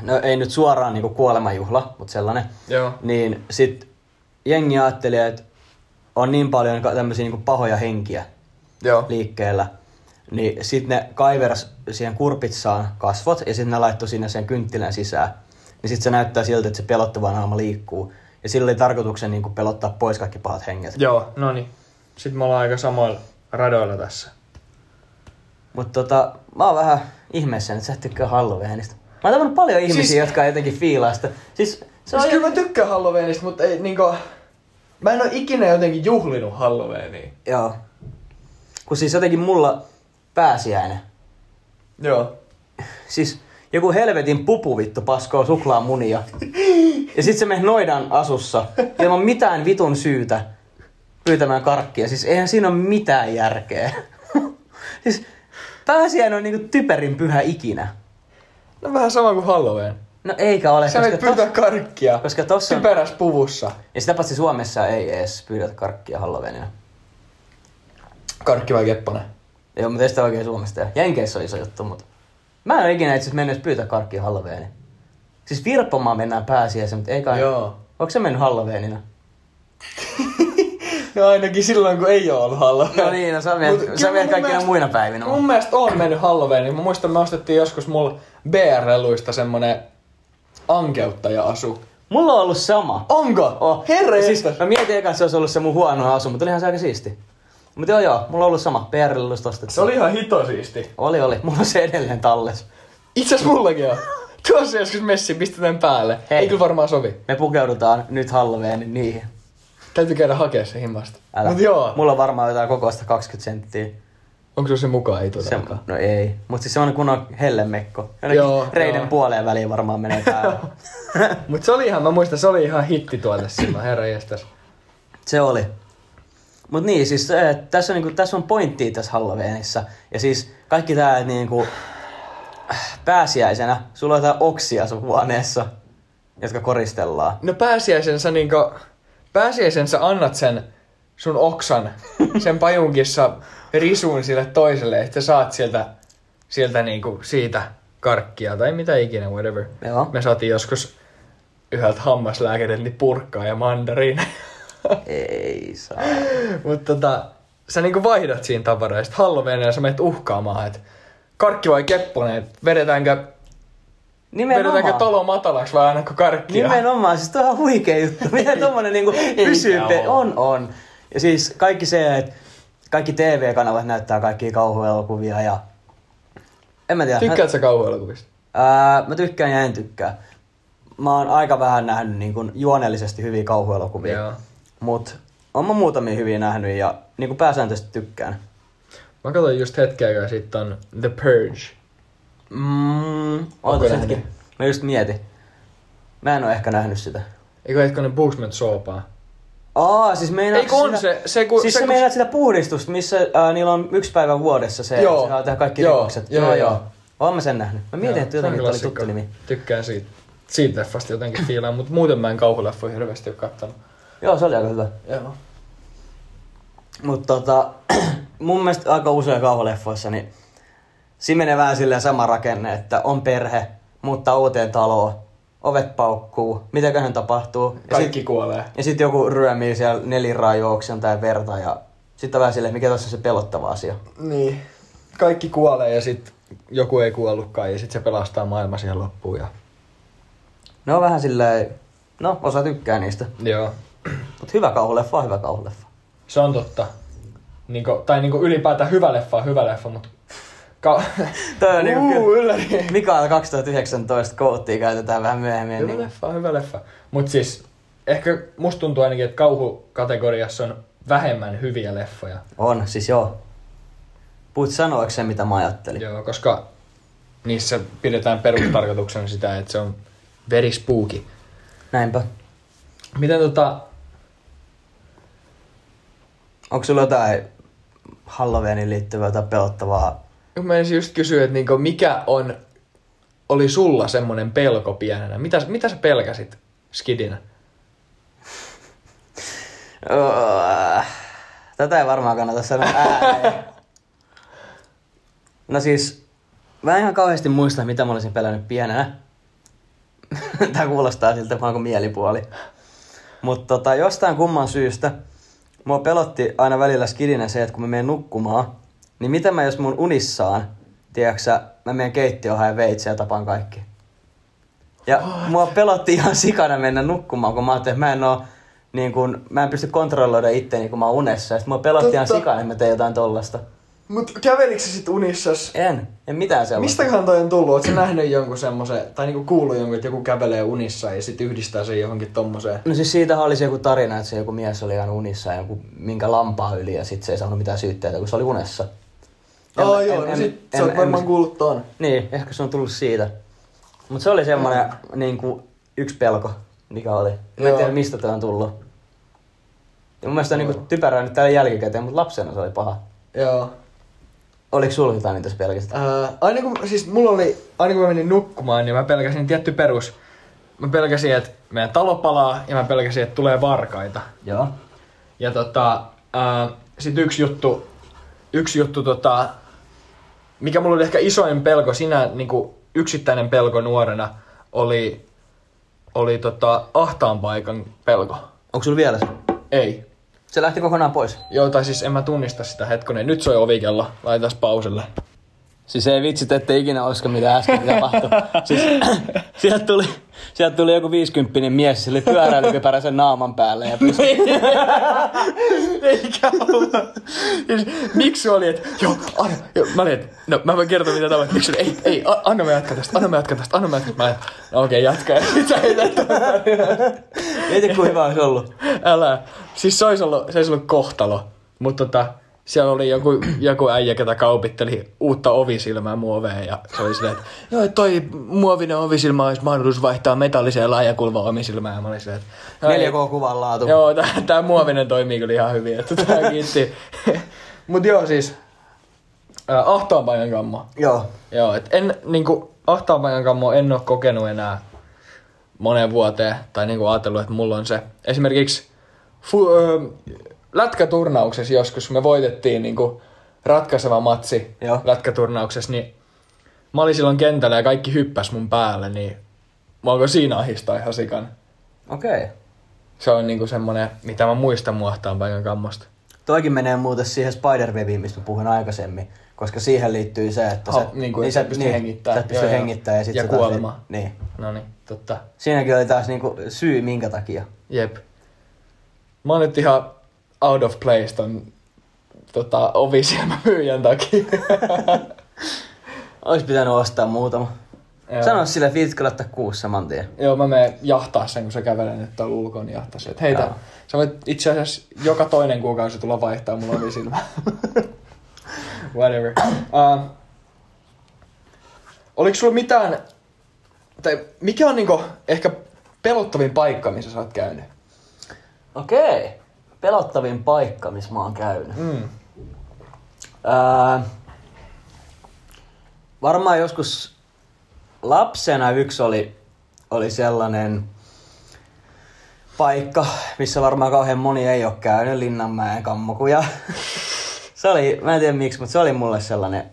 Speaker 2: no ei nyt suoraan niin kuin kuolemajuhla, mut sellainen.
Speaker 1: Joo.
Speaker 2: Niin sit jengi ajattelee, että on niin paljon ka- tämmöisiä niin kuin pahoja henkiä
Speaker 1: Joo.
Speaker 2: liikkeellä. Niin sit ne kaivers siihen kurpitsaan kasvot ja sitten ne laittoi sinne sen kynttilän sisään. Niin sit se näyttää siltä, että se pelottava naama liikkuu. Ja sillä oli tarkoituksen niin pelottaa pois kaikki pahat henget.
Speaker 1: Joo, no niin. Sitten me ollaan aika samoilla radoilla tässä.
Speaker 2: Mutta tota, mä oon vähän ihmeessä, että sä et tykkää Halloweenista. Mä oon tavannut paljon ihmisiä,
Speaker 1: Siis-
Speaker 2: jotka ei jotenkin fiilaa sitä. Siis se
Speaker 1: Siis
Speaker 2: on...
Speaker 1: kyllä mä tykkään Halloweenista, mutta ei niinku... Mä en oo ikinä jotenkin juhlinut Halloweenia.
Speaker 2: Joo. Kun siis jotenkin mulla pääsiäinen.
Speaker 1: Joo.
Speaker 2: Siis joku helvetin pupu vittu paskoo suklaamunia. Ja sit se menee noidan asussa ilman mitään vitun syytä pyytämään karkkia. Siis eihän siinä ole mitään järkeä. siis pääsiäinen on niinku typerin pyhä ikinä.
Speaker 1: No vähän sama kuin Halloween.
Speaker 2: No eikä ole,
Speaker 1: Sä voit
Speaker 2: koska
Speaker 1: pyytää
Speaker 2: tos...
Speaker 1: karkkia.
Speaker 2: koska tossa on-
Speaker 1: Typeräs puvussa.
Speaker 2: Ja sitä paitsi Suomessa ei edes pyydetä karkkia Halloweenina.
Speaker 1: Karkki vai kepponen?
Speaker 2: Ei ole mitään sitä oikein Suomesta. Ja Jenkeissä on iso juttu, mutta... Mä en ole ikinä itse asiassa mennyt edes pyytää karkkia Halloweenina. Siis virppomaan mennään pääsiäisen, mutta ei kai...
Speaker 1: Joo.
Speaker 2: Onko se mennyt Halloweenina?
Speaker 1: No ainakin silloin, kun ei oo ollut Halloween.
Speaker 2: No niin, no sä menet-
Speaker 1: Mut
Speaker 2: sä
Speaker 1: kyllä
Speaker 2: menet
Speaker 1: mun
Speaker 2: kaikkina
Speaker 1: mielestä-
Speaker 2: muina päivinä, mut-
Speaker 1: Mun mielestä on mennyt Halloweeniin. Mä muistan, me ostettiin joskus mulla BR-luista semmonen ankeuttaja-asu.
Speaker 2: Mulla on ollut sama.
Speaker 1: Onko?
Speaker 2: Oh.
Speaker 1: Herra
Speaker 2: siis,
Speaker 1: jestas.
Speaker 2: Mä mietin eka, että se olisi ollut se mun huono asu, mutta olihan se aika siisti. Mutta joo joo, mulla on ollut sama. PRL-lusta ostettu.
Speaker 1: Se oli ihan hitosiisti.
Speaker 2: Oli, oli. Mulla on se edelleen talles.
Speaker 1: Itse asiassa mullakin on. Tuossa joskus messi pistetään päälle.
Speaker 2: Hei.
Speaker 1: Ei kyllä varmaan sovi.
Speaker 2: Me pukeudutaan nyt Halloweenin niihin.
Speaker 1: Täytyy käydä hakea se himmasta.
Speaker 2: Älä.
Speaker 1: Mut joo.
Speaker 2: Mulla on varmaan jotain kokoista 20 senttiä.
Speaker 1: Onko se se mukaan? Ei tuota.
Speaker 2: Se, no ei. Mut siis semmonen kunnon hellemekko. Jonnekin
Speaker 1: Joo,
Speaker 2: joo, reiden
Speaker 1: joo.
Speaker 2: joo. puoleen väliin varmaan menee tää.
Speaker 1: Mut se oli ihan, mä muistan, se oli ihan hitti tuote silloin, herra jestas.
Speaker 2: Se oli. Mut niin, siis se, että tässä on, niinku, tässä on pointtia tässä Halloweenissa. Ja siis kaikki tää, että niinku, pääsiäisenä sulla on jotain oksia sun huoneessa, jotka koristellaan.
Speaker 1: No pääsiäisen sä niinku, pääsiäisen sä annat sen sun oksan, sen pajunkissa risuun sille toiselle, että sä saat sieltä, sieltä niinku siitä karkkia tai mitä ikinä, whatever.
Speaker 2: Joo.
Speaker 1: Me saatiin joskus yhdeltä hammaslääkäriltä niin purkkaa ja mandariina.
Speaker 2: Ei saa.
Speaker 1: Mutta tota, sä niinku vaihdat siinä tavaraa, ja sit Halloweenilla sä menet uhkaamaan, että karkki vai kepponen, että vedetäänkö
Speaker 2: Nimenomaan.
Speaker 1: Vedetäänkö talo matalaksi vai aina kuin karkkia?
Speaker 2: Nimenomaan, siis tämä on huikea juttu. Miten tommonen niinku pysyy
Speaker 3: Eikä
Speaker 2: pe-
Speaker 3: oo.
Speaker 2: On, on. Ja siis kaikki se, että kaikki TV-kanavat näyttää kaikkia kauhuelokuvia ja... En mä tiedä.
Speaker 1: Tykkäätkö sä kauhuelokuvista?
Speaker 2: Ää, mä tykkään ja en tykkää. Mä oon aika vähän nähnyt niin kun, juoneellisesti hyviä kauhuelokuvia.
Speaker 1: Joo.
Speaker 2: Mut on mä muutamia hyviä nähnyt ja niin kuin pääsääntöisesti tykkään.
Speaker 1: Mä katsoin just hetkeä aikaa sitten on The Purge.
Speaker 2: Mm,
Speaker 1: Onko
Speaker 2: ootas
Speaker 1: nähnyt?
Speaker 2: hetki. Mä just mietin. Mä en oo ehkä nähnyt sitä.
Speaker 1: Eikö hetkonen Bugsman soopaa?
Speaker 2: Aa, siis meinaat
Speaker 1: Eikö on
Speaker 2: sitä,
Speaker 1: se- se kun-
Speaker 2: siis
Speaker 1: se
Speaker 2: sä
Speaker 1: kun-
Speaker 2: meinaat sitä puhdistusta, missä äh, niillä on yksi päivä vuodessa se,
Speaker 1: Joo.
Speaker 2: joo. että tehdä kaikki
Speaker 1: Joo,
Speaker 2: rikokset.
Speaker 1: joo, joo.
Speaker 2: Oon mä sen nähnyt. Mä mietin,
Speaker 1: Joo,
Speaker 2: että
Speaker 1: se on
Speaker 2: jotenkin oli
Speaker 1: klassikko.
Speaker 2: tuttu nimi.
Speaker 1: Tykkään siitä, siitä leffasta jotenkin fiilaan, mutta muuten mä en kauhuleffoja hirveästi ole kattonut.
Speaker 2: Joo, se oli aika hyvä.
Speaker 1: Joo.
Speaker 2: Mutta tota, mun mielestä aika usein kauhuleffoissa, niin siinä menee vähän silleen sama rakenne, että on perhe, muuttaa uuteen taloon, ovet paukkuu, mitäköhän tapahtuu. Ja
Speaker 1: Kaikki
Speaker 2: sit,
Speaker 1: kuolee.
Speaker 2: ja sit joku ryömii siellä neliraajuuksen tai verta ja sitten vähän silleen, mikä tässä on se pelottava asia.
Speaker 1: Niin. Kaikki kuolee ja sit joku ei kuollutkaan ja sit se pelastaa maailma siihen loppuun. Ja...
Speaker 2: Ne on vähän silleen, no osa tykkää niistä.
Speaker 1: Joo.
Speaker 2: Mutta hyvä kauhuleffa on hyvä kauhuleffa.
Speaker 1: Se on totta. Niinku, tai niinku ylipäätään hyvä leffa on hyvä leffa, mutta... Ka-
Speaker 2: Toi on niinku
Speaker 1: Uu,
Speaker 2: kyllä-
Speaker 1: ylläri.
Speaker 2: Mikael 2019 kouttia käytetään vähän myöhemmin.
Speaker 1: Hyvä
Speaker 2: Niin,
Speaker 1: leffa on hyvä leffa. Mut siis, ehkä musta tuntuu ainakin, että kauhukategoriassa on vähemmän hyviä leffoja.
Speaker 2: on, siis joo. Puhut sanoiksi sen, mitä mä ajattelin.
Speaker 1: Joo, koska niissä pidetään perustarkoituksena sitä, että se on very spooky.
Speaker 2: Näinpä.
Speaker 1: Miten tota...
Speaker 2: Onko sulla jotain Halloweeniin liittyvää tai pelottavaa?
Speaker 1: Mä ensin just kysyä, että niinku, mikä on... Oli sulla semmonen pelko pienenä? Mitä, mitä sä pelkäsit skidinä?
Speaker 2: Öö, Tätä ei varmaan kannata sanoa ääneen. No siis, mä en ihan kauheasti muista, mitä mä olisin pelännyt pienenä. Tää kuulostaa siltä, että mä oon kuin mielipuoli. Mutta tota, jostain kumman syystä mua pelotti aina välillä skidinä se, että kun mä menen nukkumaan, niin mitä mä jos mun unissaan, tiedäksä, mä menen keittiöön haen veitseä ja tapaan kaikki. Ja mua pelotti ihan sikana mennä nukkumaan, kun mä ajattelin, että mä en oo, niin kun, mä en pysty kontrolloida itteeni, kun mä oon unessa. Ja sit mua pelotti ihan
Speaker 1: Totta.
Speaker 2: sikana, että mä teen jotain tollasta.
Speaker 1: Mut kävelikö sä sit unissas?
Speaker 2: En, en mitään sellaista.
Speaker 1: Mistäköhän toi on tullut? Oletko nähnyt jonkun semmoisen, tai niinku kuullut jonkun, että joku kävelee unissa ja sit yhdistää sen johonkin tommoseen?
Speaker 2: No siis siitä oli se joku tarina, että se joku mies oli ihan unissa ja joku minkä lampaa yli ja sitten se ei saanut mitään syytteitä, kun se oli unessa. En-
Speaker 1: Aa
Speaker 2: en-
Speaker 1: joo, no
Speaker 2: en-
Speaker 1: sit
Speaker 2: en-
Speaker 1: sä oot
Speaker 2: en-
Speaker 1: varmaan kuullut ton.
Speaker 2: Niin, ehkä se on tullut siitä. Mutta se oli semmoinen niin kuin, yksi pelko, mikä oli. Mä en
Speaker 1: Joo.
Speaker 2: tiedä, mistä tämä on tullut. Ja mun mielestä on niin typerää nyt täällä jälkikäteen, mutta lapsena se oli paha.
Speaker 1: Joo.
Speaker 2: Oliko sulla jotain niitä pelkästään?
Speaker 1: Ää, aina kun, siis mulla oli, aina kun mä menin nukkumaan, niin mä pelkäsin tietty perus. Mä pelkäsin, että meidän talo palaa ja mä pelkäsin, että tulee varkaita.
Speaker 2: Joo.
Speaker 1: Ja tota, ää, sit yksi juttu, yksi juttu tota, mikä mulla oli ehkä isoin pelko, sinä niinku yksittäinen pelko nuorena, oli, oli tota, ahtaan paikan pelko.
Speaker 2: Onko sulla vielä se?
Speaker 1: Ei.
Speaker 2: Se lähti kokonaan pois.
Speaker 1: Joo, tai siis en mä tunnista sitä hetkonen. Nyt soi ovikello. Laitas pauselle.
Speaker 2: Siis ei vitsit, ettei ikinä oska mitä äsken tapahtui. siis, sieltä, tuli, sieltä tuli joku viisikymppinen mies sille pyöräilykypäräisen naaman päälle. Ja pystyi,
Speaker 1: Eikä ollut. Siis, miksi se oli, että joo, anna, joo, mä olin, että no mä voin kertoa mitä tapahtui. Miksi se oli, ei, ei, a- anna mä jatkan tästä, anna mä jatkan tästä, anna mä jatkan tästä. Mä, no okei, okay, jatka. Ja sit sä heität-
Speaker 2: mieti kuin hyvä olisi ollut.
Speaker 1: Älä. Siis se olisi ollut, se olisi ollut kohtalo. Mutta tota, siellä oli joku, joku äijä, ketä kaupitteli uutta ovisilmää muoveen ja se oli silleen, että joo, että toi muovinen ovisilmä olisi mahdollisuus vaihtaa metalliseen laajakulmaan omisilmään. Ja mä olin silleen, että joo, ei-
Speaker 2: 4K-kuvan laatu.
Speaker 1: Joo, tää, tää muovinen toimii kyllä ihan hyvin, että tää kiitti. Mut joo siis, ää, ahtaanpaikan kammo.
Speaker 2: Joo.
Speaker 1: Joo, et en niinku, ahtaanpaikan kammo en oo kokenut enää moneen vuoteen, tai niinku ajatellut, että mulla on se. Esimerkiksi fu, ö, lätkäturnauksessa joskus me voitettiin niinku ratkaiseva matsi
Speaker 2: Joo.
Speaker 1: lätkäturnauksessa, niin mä olin silloin kentällä ja kaikki hyppäs mun päälle, niin mä alkoi siinä ahistaa ihan sikan.
Speaker 2: Okei. Okay.
Speaker 1: Se on niinku semmonen, mitä mä muistan muahtaan paikan kammosta.
Speaker 2: Toikin menee muuten siihen spider webiin mistä mä puhuin aikaisemmin. Koska siihen liittyy se, että sä,
Speaker 1: Ha- niin kuin, että sä et pysty hengittämään.
Speaker 2: Sä et pysty
Speaker 1: Joo, joo.
Speaker 2: hengittämään ja, sit
Speaker 1: Ja
Speaker 2: sä taas-
Speaker 1: kuolema.
Speaker 2: Niin.
Speaker 1: No niin, totta.
Speaker 2: Siinäkin oli taas niinku syy minkä takia.
Speaker 1: Jep. Mä oon nyt ihan out of place ton tota, ovisilmämyyjän takia.
Speaker 2: Ois pitänyt ostaa muutama.
Speaker 1: Joo.
Speaker 2: Sano sille Fitskalle, että kuusi saman tien.
Speaker 1: Joo, mä menen jahtaa sen, kun se kävelee nyt tuolla ulkoon, niin jahtaa sen. Että hei,
Speaker 2: Joo.
Speaker 1: tää- sä voit itse asiassa joka toinen kuukausi tulla vaihtaa mulla ovisilmä. Whatever. Uh, oliko sulla mitään, tai mikä on niinku ehkä pelottavin paikka, missä sä oot käynyt?
Speaker 2: Okei. Pelottavin paikka, missä mä oon käynyt.
Speaker 1: Mm.
Speaker 2: Ää, varmaan joskus lapsena yksi oli, oli sellainen paikka, missä varmaan kauhean moni ei ole käynyt, Linnanmäen kammokuja. se oli, mä en tiedä miksi, mutta se oli mulle sellainen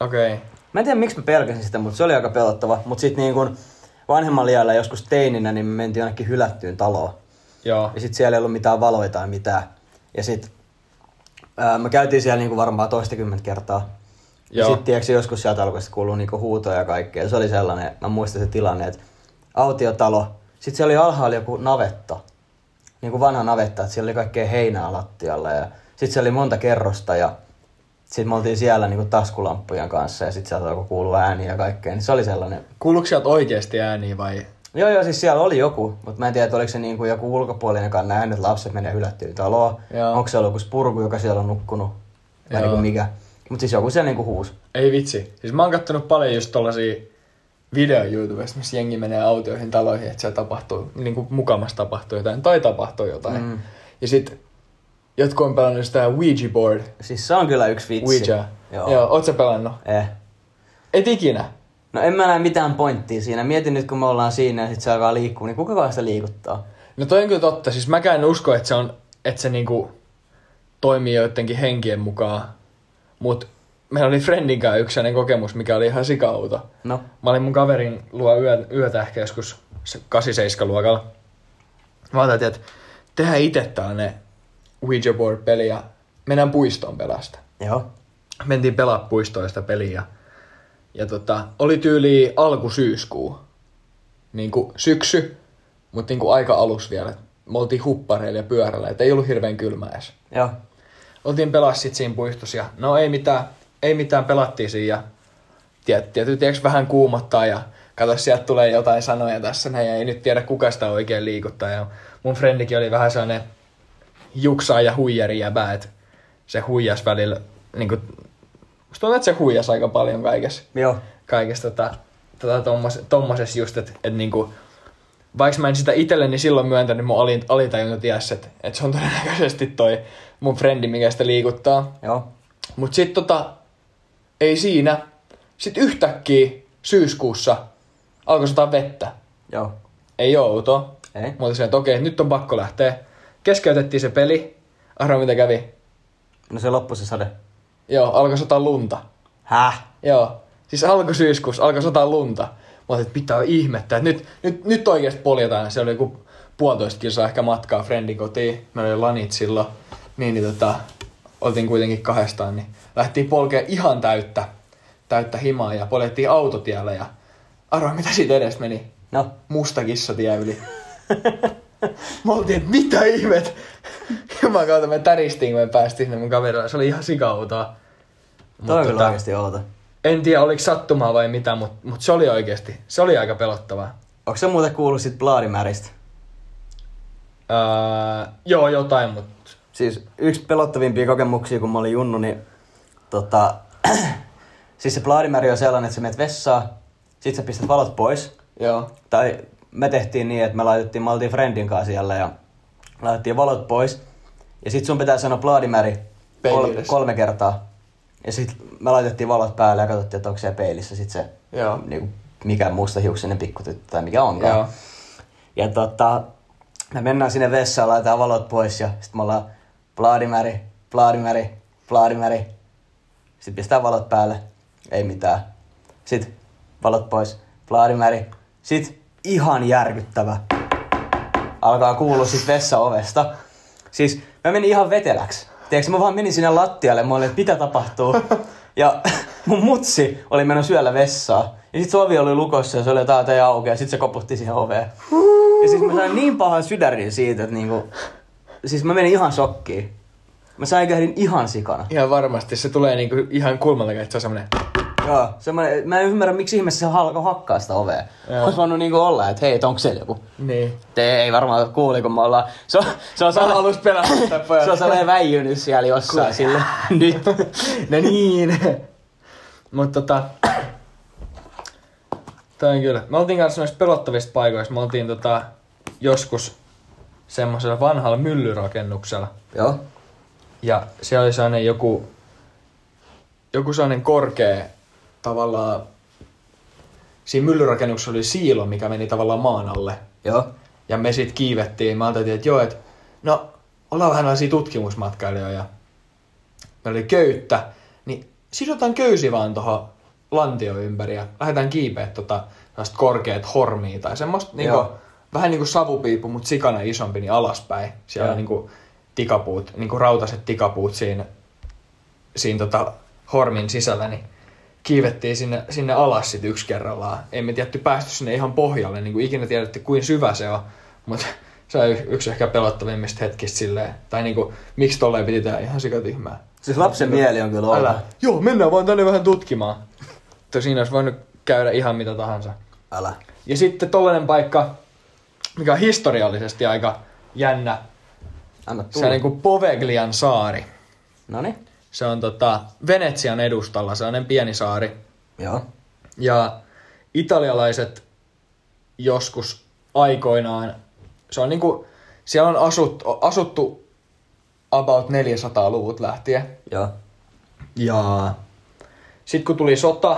Speaker 1: Okei. Okay.
Speaker 2: Mä en tiedä miksi mä pelkäsin sitä, mutta se oli aika pelottava. Mutta sitten niin kun vanhemmalla iällä joskus teininä, niin me mentiin jonnekin hylättyyn taloon.
Speaker 1: Joo.
Speaker 2: Ja sitten siellä ei ollut mitään valoja tai mitään. Ja sitten me käytiin siellä niin kuin varmaan toistakymmentä kertaa. Ja
Speaker 1: Joo.
Speaker 2: sitten tiedätkö, joskus sieltä alkoi sit kuulua niinku huutoja ja kaikkea. Se oli sellainen, mä muistan se tilanne, että autiotalo. Sitten siellä oli alhaalla joku navetta. Niin kuin vanha navetta, että siellä oli kaikkea heinää lattialla. Ja sitten siellä oli monta kerrosta ja sitten me oltiin siellä niinku taskulamppujen kanssa ja sitten sieltä alkoi kuulua ääniä ja kaikkea. Niin se oli sellainen
Speaker 1: Kuuluuko sieltä oikeasti ääniä vai?
Speaker 2: Joo, joo, siis siellä oli joku, mutta mä en tiedä, että oliko se niin kuin joku ulkopuolinen, joka on nähnyt, että lapset menee hylättyyn taloon.
Speaker 1: Joo.
Speaker 2: Onko se ollut joku spurku, joka siellä on nukkunut, vai
Speaker 1: Joo.
Speaker 2: niin kuin mikä. Mutta siis joku siellä niin kuin huusi.
Speaker 1: Ei vitsi. Siis mä oon kattonut paljon just tollasia video YouTubesta, missä jengi menee autioihin taloihin, että siellä tapahtuu, niin kuin mukamas tapahtuu jotain, tai tapahtuu jotain. Mm. Ja sit jotkut on pelannut sitä Ouija board,
Speaker 2: Siis se on kyllä yksi vitsi.
Speaker 1: Ouija.
Speaker 2: Joo.
Speaker 1: Joo. Joo, oot sä pelannut?
Speaker 2: Eh.
Speaker 1: Et ikinä.
Speaker 2: No en mä näe mitään pointtia siinä. Mietin nyt, kun me ollaan siinä ja sitten se alkaa liikkua, niin kuka sitä liikuttaa?
Speaker 1: No toi on kyllä totta, siis mäkään en usko, että se on, että se niinku toimii joidenkin henkien mukaan. Mut meillä oli friendin kanssa yksi sellainen kokemus, mikä oli ihan sikauta.
Speaker 2: No,
Speaker 1: Mä olin mun kaverin luo yö, yötä ehkä joskus se 8-7 luokalla. Mä ajattelin, että tehdään itse tällainen Ouija board-peli ja mennään puistoon pelasta.
Speaker 2: joo.
Speaker 1: Mentiin pelaa puistoista peliä. Ja tota, oli tyyli alkusyyskuu. Niin kuin syksy, mutta niin kuin aika alus vielä. Me oltiin huppareilla ja pyörällä, et ei ollut hirveän kylmä edes
Speaker 2: Joo.
Speaker 1: oltiin pelas sit siinä puistossa ja no ei mitään, ei mitään pelattiin siinä ja tiet, tietysti tiiäks, vähän kuumottaa ja kato sieltä tulee jotain sanoja tässä näin ja ei nyt tiedä kuka sitä oikein liikuttaa ja mun frendikin oli vähän sellainen juksaa ja huijari jäbä, että se huijas välillä niin kuin, musta tuntuu, että se huijas aika paljon kaikessa
Speaker 2: Joo.
Speaker 1: kaikesta tota, tota tommos, tommosessa just, että et niinku, vaikka mä en sitä itselleni silloin myöntänyt, mun alin, alitajunta ties, että et se on todennäköisesti toi mun frendi, mikä sitä liikuttaa.
Speaker 2: Joo.
Speaker 1: Mut sit tota, ei siinä. Sit yhtäkkiä syyskuussa alkoi sataa vettä.
Speaker 2: Joo.
Speaker 1: Ei oo outoa.
Speaker 2: Ei.
Speaker 1: Mä olin silleen, että okei, nyt on pakko lähteä. Keskeytettiin se peli. Arvo mitä kävi.
Speaker 2: No se loppui se sade.
Speaker 1: Joo, alkoi sataa lunta.
Speaker 2: Häh?
Speaker 1: Joo. Siis alkoi syyskuussa, alkoi sataa lunta. Mä ajattelin, että pitää ihmettä. Että nyt, nyt, nyt oikeasti poljetaan. Se oli joku puolitoista kilsaa ehkä matkaa friendin kotiin. Meillä oli lanit silloin. Niin, niin tota, oltiin kuitenkin kahdestaan. Niin lähtiin polkea ihan täyttä, täyttä himaa ja poljettiin autotiellä. Ja arvaa, mitä siitä edestä meni?
Speaker 2: No.
Speaker 1: Musta kissa tie yli. Mä oltiin, että mitä ihmet? Jumakauta, me täristiin, kun me päästiin sinne mun kaverilla. Se oli ihan sikautaa.
Speaker 2: Toi on
Speaker 1: Mut
Speaker 2: kyllä
Speaker 1: tota-
Speaker 2: oikeesti outo.
Speaker 1: En tiedä, oliko sattumaa vai mitä, mutta mut se oli oikeasti, se oli aika pelottavaa.
Speaker 2: Onko se muuten kuullut sit blaadimäristä?
Speaker 1: Öö, joo, jotain, mutta
Speaker 2: Siis yksi pelottavimpia kokemuksia, kun mä olin junnu, niin tota, siis se plaadimäri on sellainen, että sä menet vessaan, sit sä pistät valot pois.
Speaker 1: joo.
Speaker 2: Tai me tehtiin niin, että me laitettiin, me oltiin friendin kanssa siellä ja laitettiin valot pois. Ja sit sun pitää sanoa plaadimäri kolme,
Speaker 1: Peilissä.
Speaker 2: kolme kertaa. Ja sit me laitettiin valot päälle ja katsottiin, että onko se peilissä sit se
Speaker 1: Joo.
Speaker 2: niinku, mikä mustahiuksinen pikkutyttö tai mikä onkaan.
Speaker 1: Joo.
Speaker 2: Ja tota, me mennään sinne vessaan, laitetaan valot pois ja sitten me ollaan plaadimäri, plaadimäri, plaadimäri. Sitten pistää valot päälle, ei mitään. Sitten valot pois, plaadimäri. Sitten ihan järkyttävä. Alkaa kuulua sit vessaovesta. Siis mä menin ihan veteläksi. Tiedätkö, mä vaan menin sinne lattialle, mä olin, että mitä tapahtuu. Ja mun mutsi oli mennyt syöllä vessaa. Ja sit se ovi oli lukossa ja se oli jotain tai auki ja sit se koputti siihen oveen. Ja siis mä sain niin pahan sydärin siitä, että niinku... Siis mä menin ihan shokkiin. Mä säikähdin ihan sikana.
Speaker 1: Ihan varmasti. Se tulee niinku ihan kulmalta, että se on semmonen...
Speaker 2: Joo, semmoinen, mä en ymmärrä miksi ihmeessä se alkoi hakkaa sitä ovea.
Speaker 1: Joo.
Speaker 2: Olisi voinut niinku olla, että hei, et onko siellä joku?
Speaker 1: Niin.
Speaker 2: Te ei varmaan kuuli, kun me ollaan... Se on, se on,
Speaker 1: Mä
Speaker 2: sellainen,
Speaker 1: halus pelata sitä pojat.
Speaker 2: se on sellainen väijynyt siellä jossain sille. Nyt.
Speaker 1: No niin. Mut tota... Toi on kyllä. Me oltiin kanssa noista pelottavista paikoista. Me oltiin tota joskus semmoisella vanhalla myllyrakennuksella.
Speaker 2: Joo.
Speaker 1: Ja se oli sellainen joku, joku sellainen korkea tavallaan, siinä myllyrakennuksessa oli siilo, mikä meni tavallaan maan alle.
Speaker 2: Joo.
Speaker 1: Ja me sit kiivettiin, mä ajattelin, että joo, että no ollaan vähän sellaisia tutkimusmatkailijoita. Meillä oli köyttä, niin sidotaan köysi vaan tuohon lantio ympäri ja lähdetään kiipeä tota sellaista korkeat hormia tai semmoista niinku,
Speaker 2: Joo.
Speaker 1: vähän niinku savupiippu, mutta sikana isompi, niin alaspäin. Siellä
Speaker 2: Joo.
Speaker 1: on niinku tikapuut, niinku rautaset tikapuut siinä, siinä tota hormin sisällä, niin kiivettiin sinne, sinne alas sit yksi kerrallaan. Emme tietty päästy sinne ihan pohjalle, niin kuin ikinä tiedätte, kuin syvä se on. Mutta se on y- yksi ehkä pelottavimmista hetkistä silleen. Tai niin kuin, miksi tolleen piti tehdä ihan sikatyhmää.
Speaker 2: Siis lapsen mieli on kyllä ollut.
Speaker 1: Älä. Joo, mennään vaan tänne vähän tutkimaan. Mutta siinä olisi voinut käydä ihan mitä tahansa.
Speaker 2: Älä.
Speaker 1: Ja sitten tollainen paikka, mikä on historiallisesti aika jännä.
Speaker 2: Anna
Speaker 1: Se on
Speaker 2: tulla.
Speaker 1: niin
Speaker 2: Niin...
Speaker 1: kuin Poveglian saari.
Speaker 2: Noni.
Speaker 1: Se on tota Venetsian edustalla, sellainen pieni saari.
Speaker 2: Joo.
Speaker 1: Ja italialaiset joskus aikoinaan, se on niinku, siellä on asuttu, asuttu about 400-luvut lähtien.
Speaker 2: Joo.
Speaker 1: Ja sitten kun tuli sota,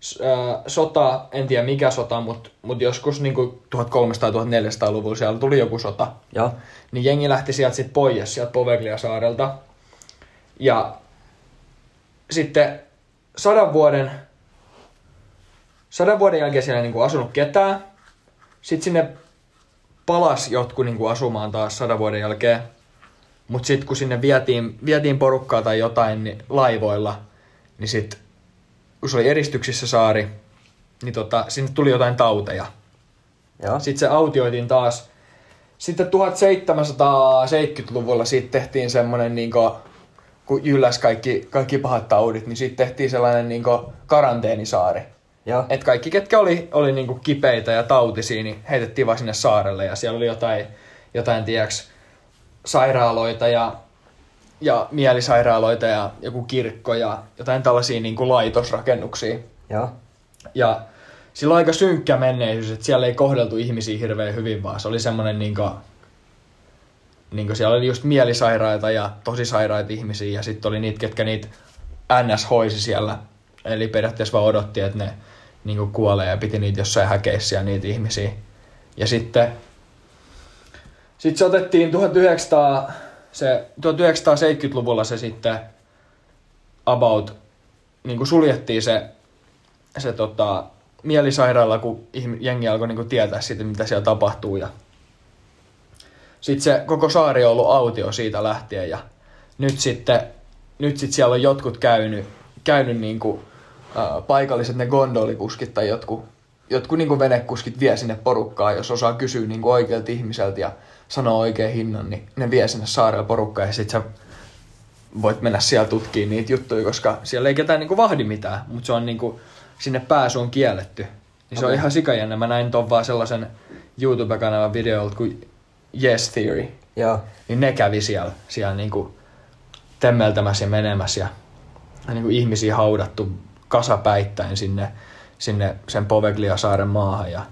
Speaker 1: s- ää, sota, en tiedä mikä sota, mutta mut joskus niinku 1300-1400-luvulla siellä tuli joku sota
Speaker 2: Joo.
Speaker 1: niin jengi lähti sieltä sitten pois, sieltä Poveglia-saarelta. Ja sitten sadan vuoden, sadan vuoden jälkeen siellä ei niinku asunut ketään. Sitten sinne palas jotkut niinku asumaan taas sadan vuoden jälkeen. Mutta sitten kun sinne vietiin, vietiin porukkaa tai jotain niin laivoilla, niin sitten kun se oli eristyksissä saari, niin tota, sinne tuli jotain tauteja.
Speaker 2: Joo.
Speaker 1: Sitten se autioitiin taas. Sitten 1770-luvulla siitä tehtiin semmoinen, niin kuin, kun ylläs kaikki, kaikki pahat taudit, niin siitä tehtiin sellainen niin kuin, karanteenisaari.
Speaker 2: Joo.
Speaker 1: Et kaikki, ketkä oli, oli niin kuin, kipeitä ja tautisia, niin heitettiin vaan sinne saarelle. Ja siellä oli jotain, jotain tiiäks, sairaaloita ja, ja mielisairaaloita ja joku kirkko ja jotain tällaisia niin kuin, laitosrakennuksia.
Speaker 2: Joo.
Speaker 1: Ja sillä on aika synkkä menneisyys, että siellä ei kohdeltu ihmisiä hirveän hyvin, vaan se oli semmoinen niinku, niinku siellä oli just mielisairaita ja tosi sairaita ihmisiä ja sitten oli niitä, ketkä niitä NS hoisi siellä. Eli periaatteessa vaan odotti, että ne niinku kuolee ja piti niitä jossain häkeissä ja niitä ihmisiä. Ja sitten sitten se otettiin 1900, se, 1970-luvulla se sitten about niin kuin suljettiin se, se tota, mielisairaala, kun ihm- jengi alkoi niin kuin tietää siitä, mitä siellä tapahtuu. Ja... Sitten se koko saari on ollut autio siitä lähtien ja nyt sitten nyt sit siellä on jotkut käynyt, käynyt niin kuin, äh, paikalliset ne gondolikuskit tai jotkut, jotkut niin kuin venekuskit vie sinne porukkaa, jos osaa kysyä niin kuin oikealta ihmiseltä ja sanoo oikein hinnan, niin ne vie sinne saarelle porukkaa ja sitten sä voit mennä siellä tutkimaan niitä juttuja, koska siellä ei ketään niinku vahdi mitään, mutta se on niinku, sinne pääsy on kielletty. Niin se on
Speaker 2: Okei.
Speaker 1: ihan sikajännä. Mä näin ton vaan sellaisen YouTube-kanavan videolta kuin Yes Theory.
Speaker 2: Joo.
Speaker 1: Niin ne kävi siellä, siellä niinku temmeltämässä ja menemässä ja ja niinku ihmisiä haudattu kasapäittäin sinne, sinne sen Poveglia-saaren maahan. Ja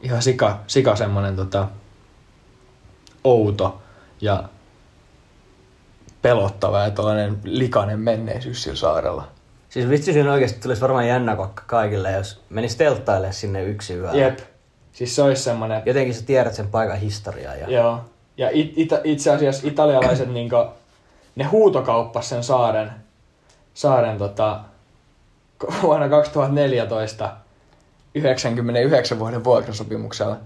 Speaker 1: ihan sika, sika semmonen tota, outo ja pelottava ja tällainen likainen menneisyys sillä saarella.
Speaker 2: Siis vitsi siinä oikeesti tulisi varmaan jännä kokka kaikille, jos menis telttaille sinne yksi yö.
Speaker 1: Jep. Siis se olisi semmonen...
Speaker 2: Jotenkin sä tiedät sen paikan historiaa ja...
Speaker 1: Joo. Ja it, it, itse asiassa italialaiset niinku, ne huutokauppasi sen saaren, saaren tota, ko- vuonna 2014 99 vuoden vuokrasopimuksella.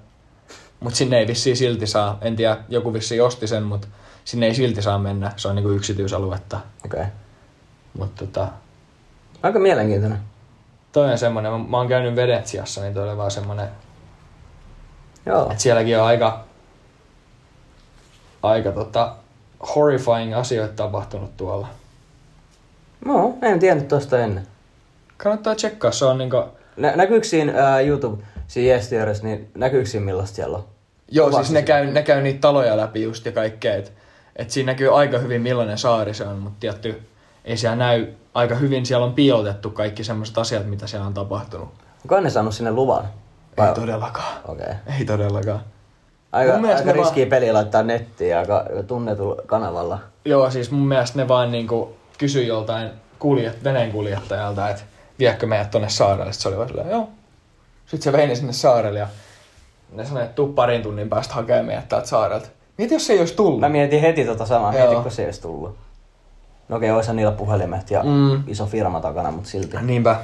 Speaker 1: Mutta sinne ei vissiin silti saa, en tiedä, joku vissiin osti sen, mutta sinne ei silti saa mennä, se on niinku yksityisaluetta.
Speaker 2: Okei. Okay.
Speaker 1: Mutta tota,
Speaker 2: Aika mielenkiintoinen.
Speaker 1: Toi on semmonen, mä, mä oon käynyt Venetsiassa, niin toi oli vaan semmonen,
Speaker 2: Joo.
Speaker 1: että sielläkin on aika, aika tota, horrifying asioita tapahtunut tuolla.
Speaker 2: No, en tiennyt tosta ennen.
Speaker 1: Kannattaa tsekkaa, se on niinku...
Speaker 2: Nä- näkyykö siinä ää, YouTube, siinä Yes niin näkyykö siinä millaista siellä on?
Speaker 1: Joo,
Speaker 2: Kuvasti
Speaker 1: siis ne käy, ne käy niitä taloja läpi just ja kaikkea, et, et siinä näkyy aika hyvin millainen saari se on, mutta tietty ei siellä näy aika hyvin, siellä on piilotettu kaikki semmoiset asiat, mitä siellä on tapahtunut.
Speaker 2: Onko ne saanut sinne luvan?
Speaker 1: Ei
Speaker 2: Vai-
Speaker 1: todellakaan.
Speaker 2: Okei. Okay.
Speaker 1: Ei todellakaan.
Speaker 2: Aika,
Speaker 1: Mun mielestä
Speaker 2: aika
Speaker 1: ne vaan-
Speaker 2: riskiä peli laittaa nettiin aika tunnetulla kanavalla.
Speaker 1: Joo, siis mun mielestä ne vaan niinku kysyi joltain kuljet, veneen kuljettajalta, että viekö meidät tonne saarelle. Sitten se oli vaan silleen, joo. Sitten se vei ne sinne saarelle ja ne sanoi, että tuu parin tunnin päästä hakemaan meidät täältä saarelta. Mitä jos se ei olisi tullut?
Speaker 2: Mä mietin heti tota samaa,
Speaker 1: Joo.
Speaker 2: heti kun se ei olisi tullut. No okei, oisa niillä puhelimet ja
Speaker 1: Mm.
Speaker 2: mm. iso firma takana, mutta silti.
Speaker 1: Niinpä.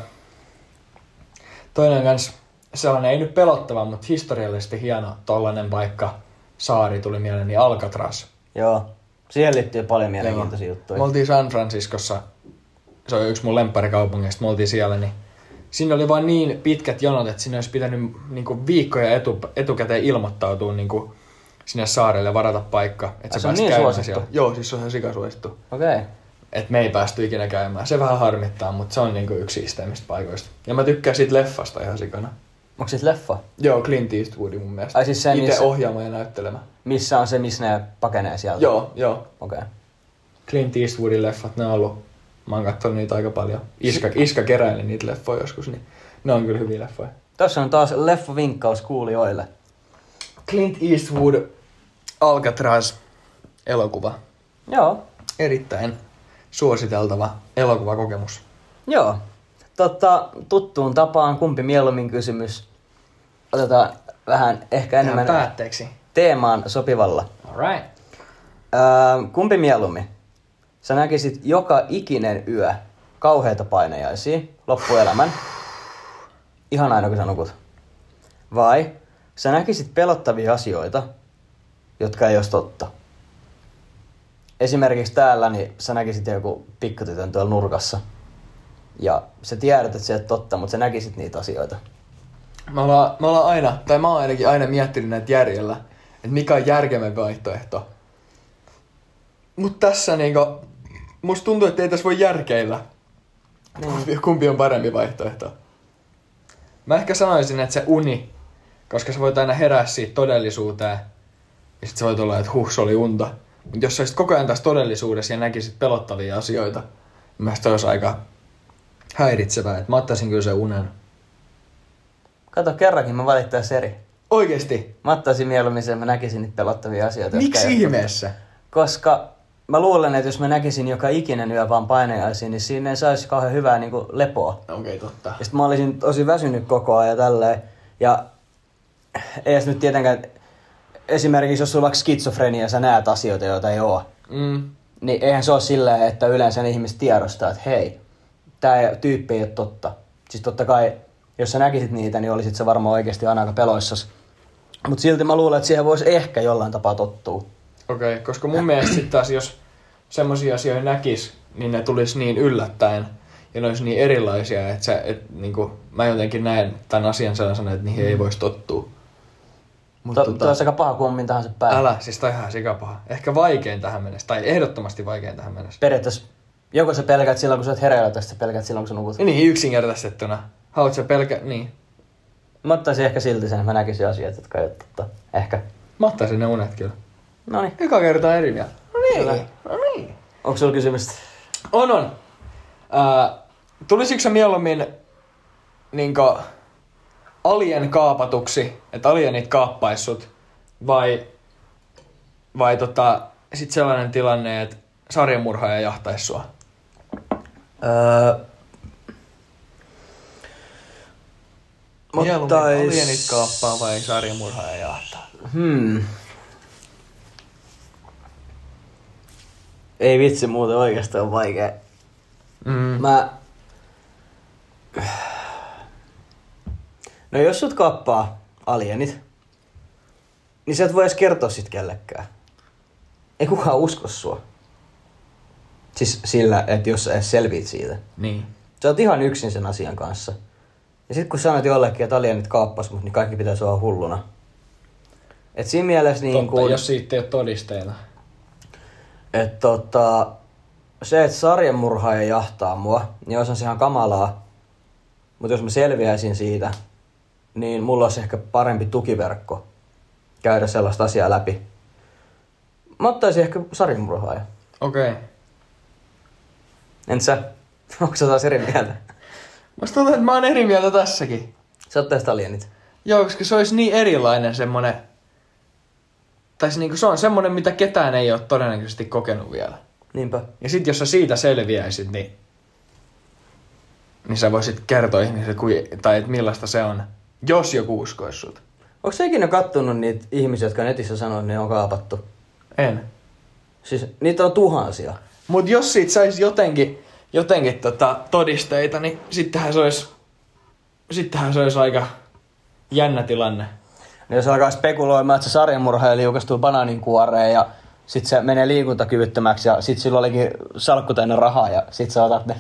Speaker 1: Toinen kans sellainen, ei nyt pelottava, mutta historiallisesti hieno tollanen paikka, saari tuli mieleen, niin Alcatraz.
Speaker 2: Joo. Siihen liittyy paljon mielenkiintoisia juttuja.
Speaker 1: Me oltiin San Franciscossa, se on yksi mun lempparikaupungeista, me oltiin siellä, niin siinä oli vaan niin pitkät jonot, että sinne olisi pitänyt niinku viikkoja etu, etukäteen ilmoittautua niinku sinne saarelle ja varata paikka. Että
Speaker 2: Ai, se on niin suosittu?
Speaker 1: Joo, siis se on ihan sikasuosittu.
Speaker 2: Okei. Okay.
Speaker 1: Et me ei päästy ikinä käymään. Se vähän harmittaa, mutta se on niinku yksi siistäimmistä paikoista. Ja mä tykkään siitä leffasta ihan sikana.
Speaker 2: Onko siis leffa?
Speaker 1: Joo, Clint Eastwoodin mun mielestä.
Speaker 2: Ai siis se,
Speaker 1: Itse
Speaker 2: missä-
Speaker 1: ohjaama ja näyttelemä.
Speaker 2: Missä on se, missä ne pakenee sieltä?
Speaker 1: Joo, joo.
Speaker 2: Okei. Okay.
Speaker 1: Clint Eastwoodin leffat, ne on ollut, mä oon katsonut niitä aika paljon. Iska, iskä keräili niitä leffoja joskus, niin ne on kyllä hyviä leffoja.
Speaker 2: Tässä on taas leffavinkkaus kuulijoille.
Speaker 1: Clint Eastwood, Alcatraz, elokuva.
Speaker 2: Joo.
Speaker 1: Erittäin suositeltava elokuvakokemus.
Speaker 2: Joo. Totta, tuttuun tapaan kumpi mieluummin kysymys. Otetaan vähän ehkä
Speaker 1: Tähän
Speaker 2: enemmän
Speaker 1: päätteeksi.
Speaker 2: teemaan sopivalla.
Speaker 1: Alright.
Speaker 2: Öö, kumpi mieluummin? Sä näkisit joka ikinen yö kauheita painajaisia loppuelämän. Ihan aina kun sä nukut. Vai sä näkisit pelottavia asioita, jotka ei olisi totta. Esimerkiksi täällä, niin sä näkisit joku pikkutytön tuolla nurkassa. Ja sä tiedät, että se ei ole totta, mutta sä näkisit niitä asioita.
Speaker 1: Me ollaan, me ollaan aina, tai mä oon ainakin aina miettinyt näitä järjellä, että mikä on järkevä vaihtoehto. Mut tässä niinku, musta tuntuu, että ei tässä voi järkeillä. Kumpi, kumpi on parempi vaihtoehto? Mä ehkä sanoisin, että se uni, koska sä voit aina herää siitä todellisuuteen, ja sit sä voit olla, että huh, se oli unta. Mut jos sä olisit koko ajan tässä todellisuudessa ja näkisit pelottavia asioita, niin mä se olisi aika häiritsevää, että mä ottaisin kyllä sen unen.
Speaker 2: Kato, kerrankin mä valittais eri.
Speaker 1: Oikeesti,
Speaker 2: Mä ottaisin mieluummin sen, mä näkisin niitä pelottavia asioita. jotka ei
Speaker 1: Miksi
Speaker 2: ole
Speaker 1: ihmeessä?
Speaker 2: Koska mä luulen, että jos mä näkisin joka ikinen yö vaan painajaisia, niin siinä ei saisi kauhean hyvää niin kuin lepoa.
Speaker 1: Okei, okay, totta.
Speaker 2: Ja sit mä olisin tosi väsynyt koko ajan ja tälleen. Ja ei edes nyt tietenkään, esimerkiksi jos sulla on vaikka skitsofrenia ja sä näet asioita, joita ei oo,
Speaker 1: Mm.
Speaker 2: niin eihän se ole silleen, että yleensä ne ihmiset tiedostaa, että hei, tämä tyyppi ei ole totta. Siis totta kai, jos sä näkisit niitä, niin olisit sä varmaan oikeasti aina aika peloissas. Mutta silti mä luulen, että siihen voisi ehkä jollain tapaa tottua.
Speaker 1: Okei, okay, koska mun mielestä sitten taas, jos semmoisia asioita näkis, niin ne tulisi niin yllättäen ja ne olisi niin erilaisia, että sä, et, niinku, mä jotenkin näen tämän asian sellaisena, että niihin ei voisi tottua. Mutta
Speaker 2: Tuo
Speaker 1: tota,
Speaker 2: tota... olisi aika paha kummin tahansa päin.
Speaker 1: älä, siis toi on ihan sikapaha. Ehkä vaikein tähän mennessä, tai ehdottomasti vaikein tähän mennessä.
Speaker 2: Periaatteessa joko sä pelkät silloin, kun sä oot hereillä, tai sit sä pelkät silloin, kun sä nukut.
Speaker 1: Niin, yksinkertaistettuna. Haluatko sä pelkä... Niin.
Speaker 2: Mä ottaisin ehkä silti sen, että mä näkisin asioita, jotka ei ole totta. Ehkä.
Speaker 1: Mä ottaisin ne unet kyllä.
Speaker 2: Noniin.
Speaker 1: Eka kertaa eri mieltä. No
Speaker 2: Kyllä.
Speaker 1: no niin.
Speaker 2: Onko sulla kysymystä?
Speaker 1: On, on. Äh, tulisitko sä mieluummin niinkö, alien kaapatuksi, että alienit kaappais sut, vai, vai tota, sit sellainen tilanne, että sarjamurhaaja jahtaisi sua?
Speaker 2: Öö... Mä
Speaker 1: Mieluummin
Speaker 2: ottais-
Speaker 1: alienit kaappaa vai sarjamurhaaja jahtaa?
Speaker 2: Hmm. Ei vitsi, muuten oikeastaan on vaikea.
Speaker 1: Mm.
Speaker 2: Mä... No jos sut kappaa alienit, niin sä et voi edes kertoa sit kellekään. Ei kukaan usko sua. Siis sillä, että jos sä edes selviit siitä.
Speaker 1: Niin.
Speaker 2: Sä oot ihan yksin sen asian kanssa. Ja sit kun sanot jollekin, että alienit kaappas mut, niin kaikki pitää sua hulluna. Et siinä mielessä niin
Speaker 1: Totta,
Speaker 2: kun,
Speaker 1: jos siitä ei ole todisteita.
Speaker 2: et tota, se, että sarjamurhaaja jahtaa mua, niin olisi se ihan kamalaa. Mutta jos mä selviäisin siitä, niin mulla olisi ehkä parempi tukiverkko käydä sellaista asiaa läpi. Mä ottaisin ehkä sarjamurhaaja.
Speaker 1: Okei. Okay.
Speaker 2: En sä? Onko sä taas eri mieltä?
Speaker 1: Musta tuntuu, että mä oon eri mieltä tässäkin.
Speaker 2: Sä ottaisit alienit.
Speaker 1: Joo, koska se olisi niin erilainen semmonen... Tai se, niinku, se on semmonen, mitä ketään ei ole todennäköisesti kokenut vielä.
Speaker 2: Niinpä.
Speaker 1: Ja sit jos sä siitä selviäisit, niin... Niin sä voisit kertoa ihmisille, kui, tai että millaista se on, jos joku uskois sut.
Speaker 2: Onko sä ikinä kattonut niitä ihmisiä, jotka netissä sanoo, että ne on kaapattu?
Speaker 1: En.
Speaker 2: Siis niitä on tuhansia.
Speaker 1: Mut jos siitä saisi jotenkin, jotenkin tota, todisteita, niin sittenhän se olisi... Sittenhän se olisi aika jännä tilanne.
Speaker 2: No jos alkaa spekuloimaan, että se sarjamurhaaja liukastuu banaanin kuoreen ja sit se menee liikuntakyvyttömäksi ja sit sillä olikin salkku täynnä rahaa ja sit sä otat ne.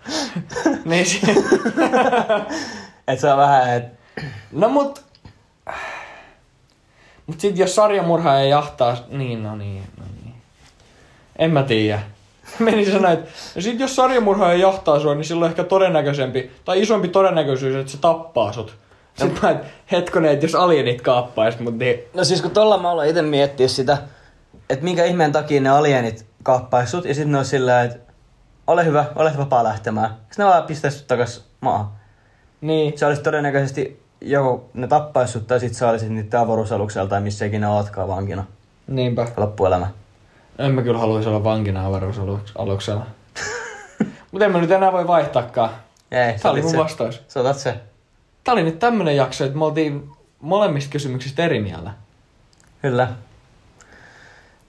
Speaker 1: niin, si-
Speaker 2: et se on vähän, et...
Speaker 1: No mut... Mut sit jos sarjamurha ei jahtaa... Niin, no niin, no niin. En mä tiedä. Meni se näin, että no sit jos sarjamurha ei jahtaa sua, niin silloin ehkä todennäköisempi, tai isompi todennäköisyys, että se tappaa sut. Sitten mä, et, hetkonen, että jos alienit kaappais mut, niin...
Speaker 2: No siis kun tolla mä aloin itse miettiä sitä, että minkä ihmeen takia ne alienit kaappaisi sut ja sitten ne on sillä, että ole hyvä, olet vapaa lähtemään. Sitten ne vaan pistäisi sut takas maahan.
Speaker 1: Niin.
Speaker 2: Se olisi todennäköisesti joko ne tappaisi sut tai sit sä olisit niitä avaruusaluksella tai missä ikinä ootkaan vankina
Speaker 1: Niinpä.
Speaker 2: loppuelämä.
Speaker 1: En mä kyllä haluaisi olla vankina avaruusaluksella. Mut en mä nyt enää voi vaihtaakaan.
Speaker 2: Ei, sä
Speaker 1: Tää oli
Speaker 2: olit
Speaker 1: mun
Speaker 2: se.
Speaker 1: vastaus.
Speaker 2: Sä otat se.
Speaker 1: Tää oli nyt tämmönen jakso, että me oltiin molemmista kysymyksistä eri mieltä.
Speaker 2: Kyllä.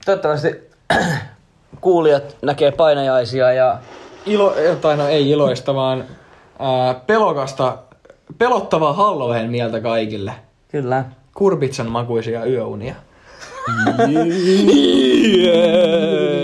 Speaker 2: Toivottavasti kuulijat näkee painajaisia ja
Speaker 1: Ilo, tai no ei iloista, vaan ää, pelokasta, pelottavaa Halloween mieltä kaikille.
Speaker 2: kyllä.
Speaker 1: Kurpitsan makuisia yöunia.
Speaker 2: Yeah.